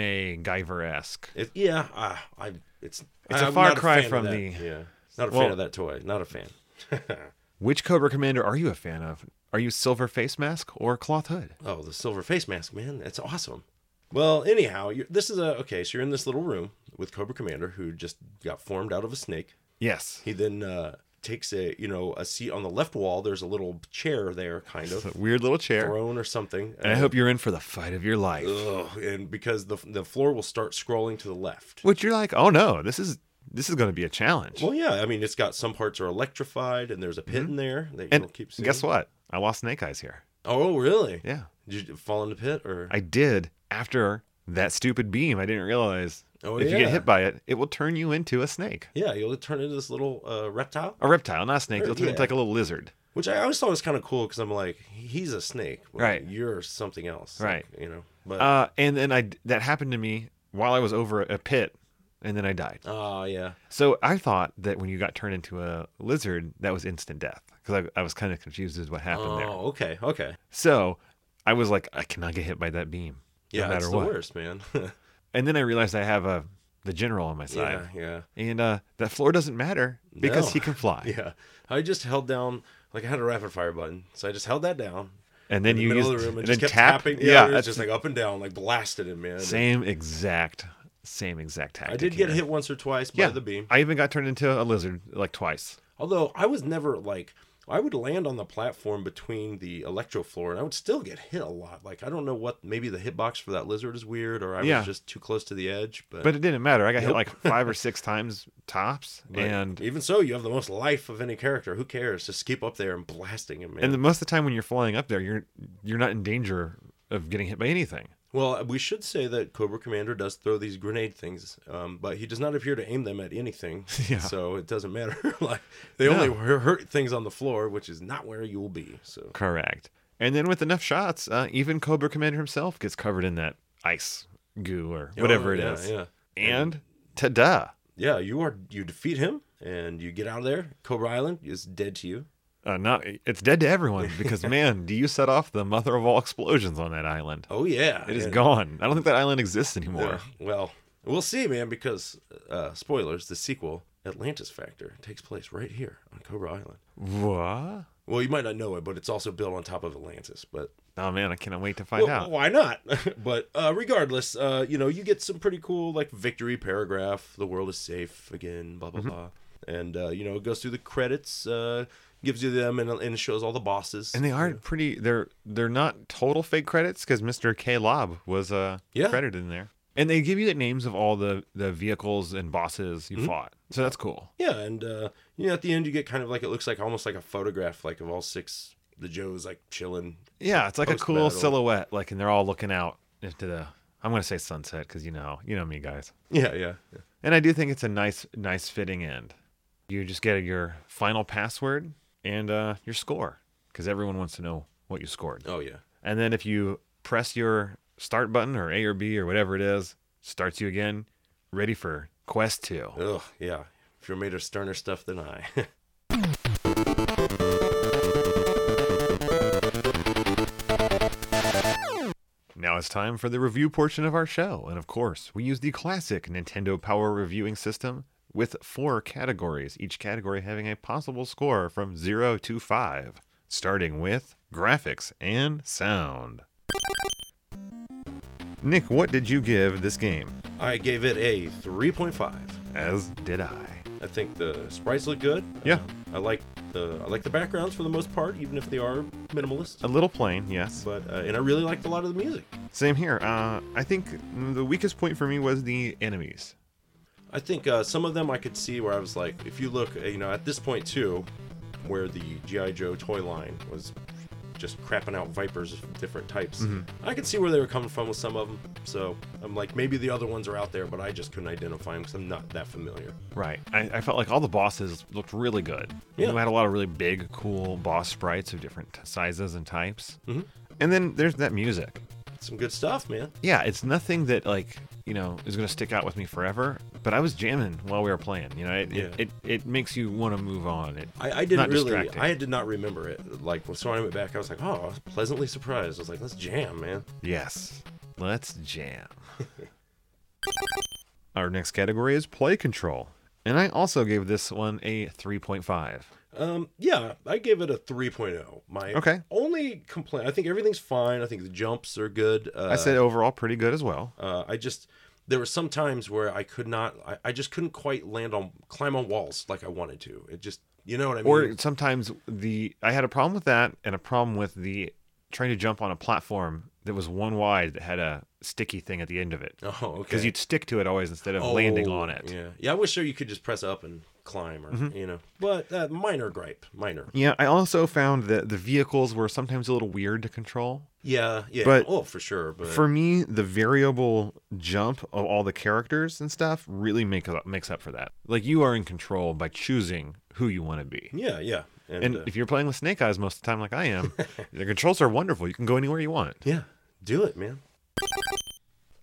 [SPEAKER 1] Guyver esque.
[SPEAKER 2] It, yeah, uh, I it's
[SPEAKER 1] It's
[SPEAKER 2] a
[SPEAKER 1] a far cry
[SPEAKER 2] fan of
[SPEAKER 1] from
[SPEAKER 2] that.
[SPEAKER 1] the-
[SPEAKER 2] yeah. Not a
[SPEAKER 1] Well-
[SPEAKER 2] fan of that toy. Not a fan.
[SPEAKER 1] Which Cobra Commander are you a fan of? Are you Silver Face Mask or Cloth Hood?
[SPEAKER 2] Oh, the silver face mask, man, that's awesome. Well, anyhow, you're, this is a okay. So you're in this little room with Cobra Commander, who just got formed out of a snake.
[SPEAKER 1] Yes.
[SPEAKER 2] He then uh, takes a you know a seat on the left wall. There's a little chair there, kind
[SPEAKER 1] It's
[SPEAKER 2] of
[SPEAKER 1] a weird little chair.
[SPEAKER 2] throne or something.
[SPEAKER 1] And I hope you're in for the fight of your life.
[SPEAKER 2] Ugh, and because the the floor will start scrolling to the left.
[SPEAKER 1] Which you're like, oh no, this is this is going to be a challenge.
[SPEAKER 2] Well, yeah, I mean, it's got some parts are electrified, and there's a pit in there that you'll
[SPEAKER 1] Mm-hmm. and
[SPEAKER 2] keep seeing.
[SPEAKER 1] guess what? I lost Snake Eyes here.
[SPEAKER 2] Oh, really?
[SPEAKER 1] Yeah,
[SPEAKER 2] Did you fall in the pit or?
[SPEAKER 1] I did. After that stupid beam, I didn't realize
[SPEAKER 2] Oh,
[SPEAKER 1] if you
[SPEAKER 2] yeah.
[SPEAKER 1] get hit by it, it will turn you into a snake,
[SPEAKER 2] yeah, you'll turn into this little uh, reptile,
[SPEAKER 1] a reptile, not a snake.
[SPEAKER 2] Or-
[SPEAKER 1] You'll turn into
[SPEAKER 2] yeah.
[SPEAKER 1] like a little lizard.
[SPEAKER 2] which I always thought was kind of cool because I'm like, he's a snake, but
[SPEAKER 1] Right.
[SPEAKER 2] You're something else,
[SPEAKER 1] Right.
[SPEAKER 2] like, you know, but
[SPEAKER 1] Uh, and then I that happened to me while I was over a pit, and then I died.
[SPEAKER 2] oh yeah,
[SPEAKER 1] So I thought that when you got turned into a lizard, that was instant death because I, I was kind of confused as what happened
[SPEAKER 2] oh
[SPEAKER 1] there.
[SPEAKER 2] okay, okay,
[SPEAKER 1] So I was like, I cannot get hit by that beam,
[SPEAKER 2] yeah,
[SPEAKER 1] no matter
[SPEAKER 2] that's
[SPEAKER 1] what.
[SPEAKER 2] the worst, man.
[SPEAKER 1] And then I realized I have a the general on my
[SPEAKER 2] yeah,
[SPEAKER 1] side,
[SPEAKER 2] yeah,
[SPEAKER 1] and uh, that floor doesn't matter because
[SPEAKER 2] No.
[SPEAKER 1] he can fly.
[SPEAKER 2] yeah. I just held down like I had a rapid fire button, so I just held that down.
[SPEAKER 1] And then
[SPEAKER 2] in the
[SPEAKER 1] you
[SPEAKER 2] middle
[SPEAKER 1] use
[SPEAKER 2] of the room and,
[SPEAKER 1] and
[SPEAKER 2] just
[SPEAKER 1] then
[SPEAKER 2] kept
[SPEAKER 1] tap.
[SPEAKER 2] tapping.
[SPEAKER 1] Yeah,
[SPEAKER 2] Yeah, it was
[SPEAKER 1] that's
[SPEAKER 2] just like up and down, like blasted him, man.
[SPEAKER 1] same exact, same exact tactic.
[SPEAKER 2] I did get
[SPEAKER 1] here.
[SPEAKER 2] hit once or twice by
[SPEAKER 1] Yeah,
[SPEAKER 2] the beam.
[SPEAKER 1] I even got turned into a lizard like twice.
[SPEAKER 2] Although I was never like I would land on the platform between the electro floor and I would still get hit a lot. Like I don't know what maybe the hitbox for that lizard is weird or I
[SPEAKER 1] Yeah.
[SPEAKER 2] was just too close to the edge, but,
[SPEAKER 1] But it didn't matter. I got hit
[SPEAKER 2] Nope.
[SPEAKER 1] like five or six times tops,
[SPEAKER 2] but
[SPEAKER 1] and
[SPEAKER 2] even so you have the most life of any character. Who cares? Just keep up there and blasting him, man.
[SPEAKER 1] And the, most of the time when you're flying up there, you're you're not in danger of getting hit by anything.
[SPEAKER 2] well, we should say that Cobra Commander does throw these grenade things, um, but he does not appear to aim them at anything.
[SPEAKER 1] Yeah.
[SPEAKER 2] So it doesn't matter. like they
[SPEAKER 1] No.
[SPEAKER 2] only hur- hurt things on the floor, which is not where you will be. So
[SPEAKER 1] Correct. And then with enough shots, uh, even Cobra Commander himself gets covered in that ice goo or whatever
[SPEAKER 2] Oh,
[SPEAKER 1] it
[SPEAKER 2] yeah,
[SPEAKER 1] is.
[SPEAKER 2] Yeah.
[SPEAKER 1] And ta-da!
[SPEAKER 2] Yeah, you are you defeat him and you get out of there. Cobra Island is dead to you.
[SPEAKER 1] Uh, not it's dead to everyone because man, do you set off the mother of all explosions on that island?
[SPEAKER 2] Oh yeah,
[SPEAKER 1] It is
[SPEAKER 2] and-
[SPEAKER 1] gone. I don't think that island exists anymore.
[SPEAKER 2] Yeah, well, we'll see, man. Because uh, spoilers, the sequel Atlantis Factor takes place right here on Cobra Island.
[SPEAKER 1] What?
[SPEAKER 2] Well, you might not know it, but it's also built on top of Atlantis. But
[SPEAKER 1] Oh man, I cannot wait to find
[SPEAKER 2] Well,
[SPEAKER 1] out.
[SPEAKER 2] why not? but uh, regardless, uh, you know, you get some pretty cool like victory paragraph. The world is safe again. Blah blah blah. And uh, you know, it goes through the credits, uh, gives you them, and, and shows all the bosses.
[SPEAKER 1] And they are pretty. They're they're not total fake credits because Mr. K. Lob was uh
[SPEAKER 2] Yeah.
[SPEAKER 1] credited in there, and they give you the names of all the the vehicles and bosses you fought. So that's cool.
[SPEAKER 2] Yeah, and uh, you know, at the end, you get kind of like it looks like almost like a photograph, like of all six. The Joes like chilling
[SPEAKER 1] Yeah, it's like a cool
[SPEAKER 2] Post-battle.
[SPEAKER 1] silhouette. Like, and they're all looking out into the. I'm gonna say sunset because you know you know me guys.
[SPEAKER 2] Yeah, yeah. yeah.
[SPEAKER 1] And I do think it's a nice, nice fitting end. You just get your final password and uh, your score because everyone wants to know what you scored.
[SPEAKER 2] Oh, yeah.
[SPEAKER 1] And then if you press your start button or A or B or whatever it is, starts you again, ready for quest two.
[SPEAKER 2] Ugh, yeah. If you're made of sterner stuff than I.
[SPEAKER 1] Now it's time for the review portion of our show. And of course, we use the classic Nintendo Power reviewing system with four categories, each category having a possible score from 0 to 5, starting with graphics and sound. Nick, what did you give this game?
[SPEAKER 2] I gave it a 3.5.
[SPEAKER 1] As did I.
[SPEAKER 2] I think the sprites look good. Um,
[SPEAKER 1] Yeah.
[SPEAKER 2] I like the I like the backgrounds for the most part, even if they are minimalist.
[SPEAKER 1] A little plain, yes.
[SPEAKER 2] But uh, and I really liked a lot of the music.
[SPEAKER 1] Same here. Uh, I think the weakest point for me was the enemies.
[SPEAKER 2] I think uh, some of them I could see where I was like, if you look, uh, you know, at this point too, where the GI Joe toy line was just crapping out vipers of different types,
[SPEAKER 1] Mm-hmm.
[SPEAKER 2] I could see where they were coming from with some of them. So I'm like, maybe the other ones are out there, but I just couldn't identify them because I'm not that familiar.
[SPEAKER 1] Right. I, I felt like all the bosses looked really good.
[SPEAKER 2] Yeah.
[SPEAKER 1] You had a lot of really big, cool boss sprites of different sizes and types. Mm-hmm. And then there's that music.
[SPEAKER 2] Some good stuff, man.
[SPEAKER 1] Yeah, it's nothing that, like, you know, is going to stick out with me forever, but I was jamming while we were playing. You know, it,
[SPEAKER 2] Yeah.
[SPEAKER 1] it, it, it makes you want to move on. It,
[SPEAKER 2] I, I didn't
[SPEAKER 1] Not
[SPEAKER 2] really,
[SPEAKER 1] distracting.
[SPEAKER 2] I did not remember it. Like, so when I went back, I was like, oh, I was pleasantly surprised. I was like, let's jam, man.
[SPEAKER 1] Yes. Let's jam. Our next category is play control. And I also gave this one a 3.5.
[SPEAKER 2] Um, yeah, I gave it a 3.0. My
[SPEAKER 1] Okay.
[SPEAKER 2] only complaint, I think everything's fine. I think the jumps are good. Uh,
[SPEAKER 1] I said overall pretty good as well.
[SPEAKER 2] Uh, I just there were some times where I could not. I, I just couldn't quite land on climb on walls like I wanted to. It just you know what I mean.
[SPEAKER 1] or sometimes the I had a problem with that and a problem with the trying to jump on a platform that was one wide that had a sticky thing at the end of it
[SPEAKER 2] oh, okay.
[SPEAKER 1] because you'd stick to it always instead of landing
[SPEAKER 2] Oh,
[SPEAKER 1] on it.
[SPEAKER 2] Yeah, yeah. I wish so you could just press up and climb, or
[SPEAKER 1] Mm-hmm.
[SPEAKER 2] you know. But uh, minor gripe, minor.
[SPEAKER 1] Yeah, I also found that the vehicles were sometimes a little weird to control.
[SPEAKER 2] Yeah, yeah.
[SPEAKER 1] But-
[SPEAKER 2] oh, for sure. But
[SPEAKER 1] For me, the variable jump of all the characters and stuff really make up, makes up for that. Like you are in control by choosing who you want to be.
[SPEAKER 2] yeah, yeah, and,
[SPEAKER 1] And
[SPEAKER 2] uh,
[SPEAKER 1] if you're playing with Snake Eyes most of the time, like I am, the controls are wonderful. You can go anywhere you want.
[SPEAKER 2] yeah, do it, man.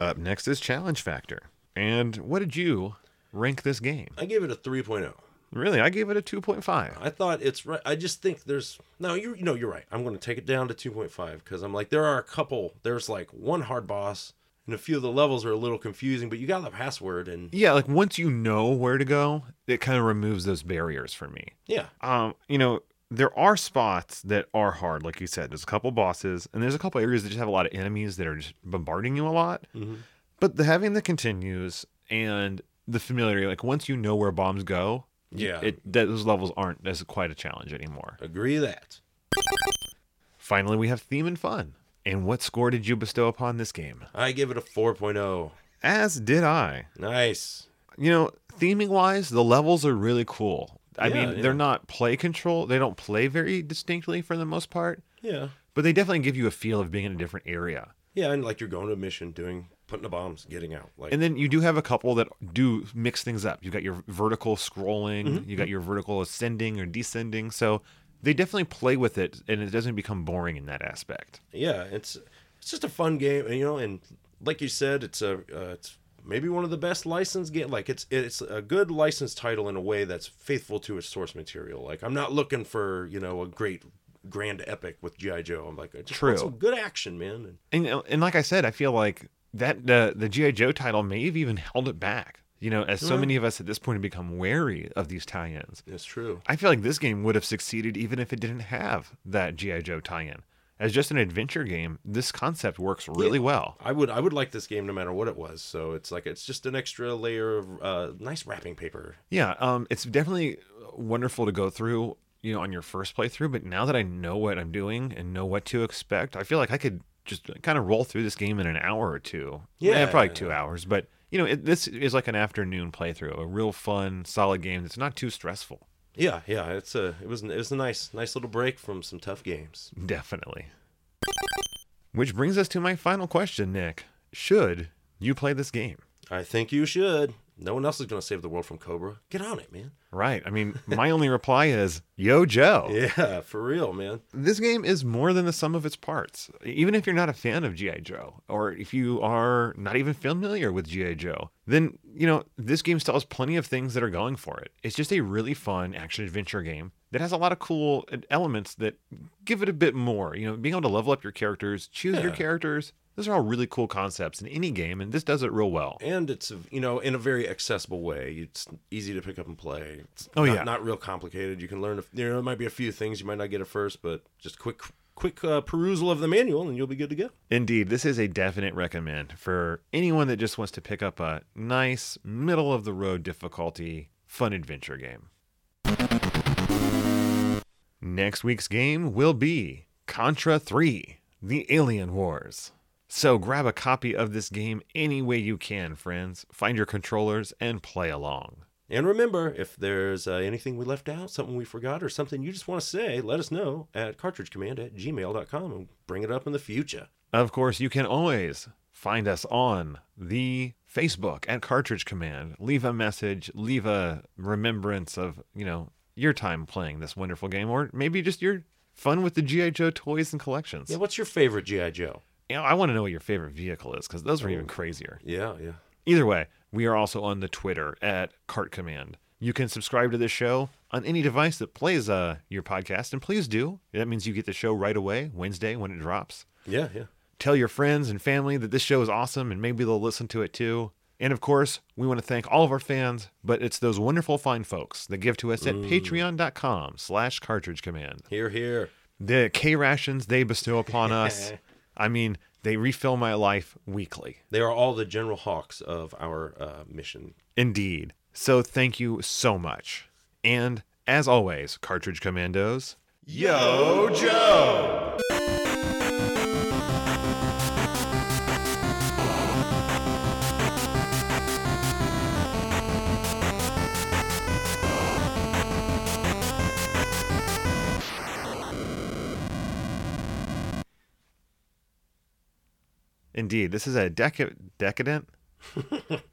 [SPEAKER 1] Up next is Challenge Factor. And what did you rank this game?
[SPEAKER 2] I gave it a oh. 3.0.
[SPEAKER 1] Really, I gave it a 2.5.
[SPEAKER 2] I thought it's right. I just think there's no. You you know you're right. I'm going to take it down to 2.5 because I'm like there are a couple. There's like one hard boss and a few of the levels are a little confusing, but you got the password and
[SPEAKER 1] Yeah, like once you know where to go, it kind of removes those barriers for me.
[SPEAKER 2] yeah,
[SPEAKER 1] Um, you know, there are spots that are hard, like you said. There's a couple bosses, and there's a couple areas that just have a lot of enemies that are just bombarding you a lot. But the having the continues and the familiarity, like once you know where bombs go,
[SPEAKER 2] yeah.
[SPEAKER 1] it that, those levels aren't as quite a challenge anymore.
[SPEAKER 2] agree that
[SPEAKER 1] Finally, we have theme and fun. And what score did you bestow upon this game?
[SPEAKER 2] I give it a 4.0.
[SPEAKER 1] As did I.
[SPEAKER 2] Nice.
[SPEAKER 1] You know, theming wise, the levels are really cool. I
[SPEAKER 2] Yeah,
[SPEAKER 1] mean,
[SPEAKER 2] yeah.
[SPEAKER 1] they're not play control, they don't play very distinctly for the most part,
[SPEAKER 2] Yeah,
[SPEAKER 1] but they definitely give you a feel of being in a different area.
[SPEAKER 2] yeah. And like you're going to a mission, doing putting the bombs, getting out. Like
[SPEAKER 1] And then you do have a couple that do mix things up. You got your vertical scrolling, you got your vertical ascending or descending. So they definitely play with it and it doesn't become boring in that aspect.
[SPEAKER 2] yeah, it's it's just a fun game, and you know, and like you said, it's a uh, it's maybe one of the best licensed game. Like it's it's a good license title in a way that's faithful to its source material. Like I'm not looking for you know a great grand epic with GI Joe. I'm like I just
[SPEAKER 1] True.
[SPEAKER 2] want some good action, man. And
[SPEAKER 1] And you know, and like I said, I feel like that the the GI Joe title may have even held it back. You know, as so many of us at this point have become wary of these tie-ins.
[SPEAKER 2] it's true.
[SPEAKER 1] I feel like this game would have succeeded even if it didn't have that GI Joe tie-in. As just an adventure game, this concept works really well.
[SPEAKER 2] I would I would like this game no matter what it was. So it's like it's just an extra layer of uh, nice wrapping paper.
[SPEAKER 1] Yeah, um, it's definitely wonderful to go through, you know, on your first playthrough. But now that I know what I'm doing and know what to expect, I feel like I could just kind of roll through this game in an hour or two.
[SPEAKER 2] Yeah.
[SPEAKER 1] probably two hours. But you know, it, this is like an afternoon playthrough, a real fun, solid game that's not too stressful.
[SPEAKER 2] Yeah, yeah. It's a it was it was a nice nice little break from some tough games.
[SPEAKER 1] Definitely. Which brings us to my final question, Nick. Should you play this game?
[SPEAKER 2] I think you should. No one else is gonna save the world from Cobra. Get on it, man.
[SPEAKER 1] Right. I mean, my only reply is yo, Joe.
[SPEAKER 2] Yeah, for real, man.
[SPEAKER 1] this game is more than the sum of its parts. Even if you're not a fan of G.I. Joe, or if you are not even familiar with G.I. Joe, then, you know, this game still has plenty of things that are going for it. It's just a really fun action adventure game that has a lot of cool elements that give it a bit more. You know, being able to level up your characters, choose your
[SPEAKER 2] Yeah.
[SPEAKER 1] characters, those are all really cool concepts in any game, and this does it real well.
[SPEAKER 2] And it's you know in a very accessible way. It's easy to pick up and play. It's
[SPEAKER 1] Oh,
[SPEAKER 2] not,
[SPEAKER 1] yeah.
[SPEAKER 2] not real complicated. You can learn. A, you know, there might be a few things you might not get at first, but just quick quick uh, perusal of the manual and you'll be good to go.
[SPEAKER 1] Indeed, this is a definite recommend for anyone that just wants to pick up a nice, middle of the road difficulty, fun adventure game. Next week's game will be Contra 3 The Alien Wars. So grab a copy of this game any way you can, friends. Find your controllers and play along.
[SPEAKER 2] And remember, if there's uh, anything we left out, something we forgot, or something you just want to say, let us know at cartridgecommand at gmail.com and bring it up in the future.
[SPEAKER 1] Of course, you can always find us on the Facebook at Cartridge Command. Leave a message, leave a remembrance of, you know, your time playing this wonderful game, or maybe just your fun with the G.I. Joe toys and collections.
[SPEAKER 2] Yeah, what's your favorite G.I. Joe?
[SPEAKER 1] You know, I want to know what your favorite vehicle is because those are even crazier.
[SPEAKER 2] Yeah, yeah.
[SPEAKER 1] Either way, we are also on the Twitter at Cart Command. You can subscribe to this show on any device that plays uh, your podcast, and please do. That means you get the show right away, Wednesday, when it drops.
[SPEAKER 2] Yeah, yeah.
[SPEAKER 1] Tell your friends and family that this show is awesome and maybe they'll listen to it too. And of course, we want to thank all of our fans, but it's those wonderful fine folks that give to us at patreon.com slash cartridge command.
[SPEAKER 2] Here, here.
[SPEAKER 1] The K rations they bestow upon us. I mean, they refill my life weekly.
[SPEAKER 2] They are all the General Hawks of our uh, mission.
[SPEAKER 1] Indeed. So thank you so much. And as always, Cartridge Commandos.
[SPEAKER 2] Yo, Joe!
[SPEAKER 1] Indeed, this is a deca- decadent,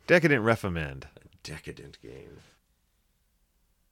[SPEAKER 1] decadent recommend.
[SPEAKER 2] Decadent game.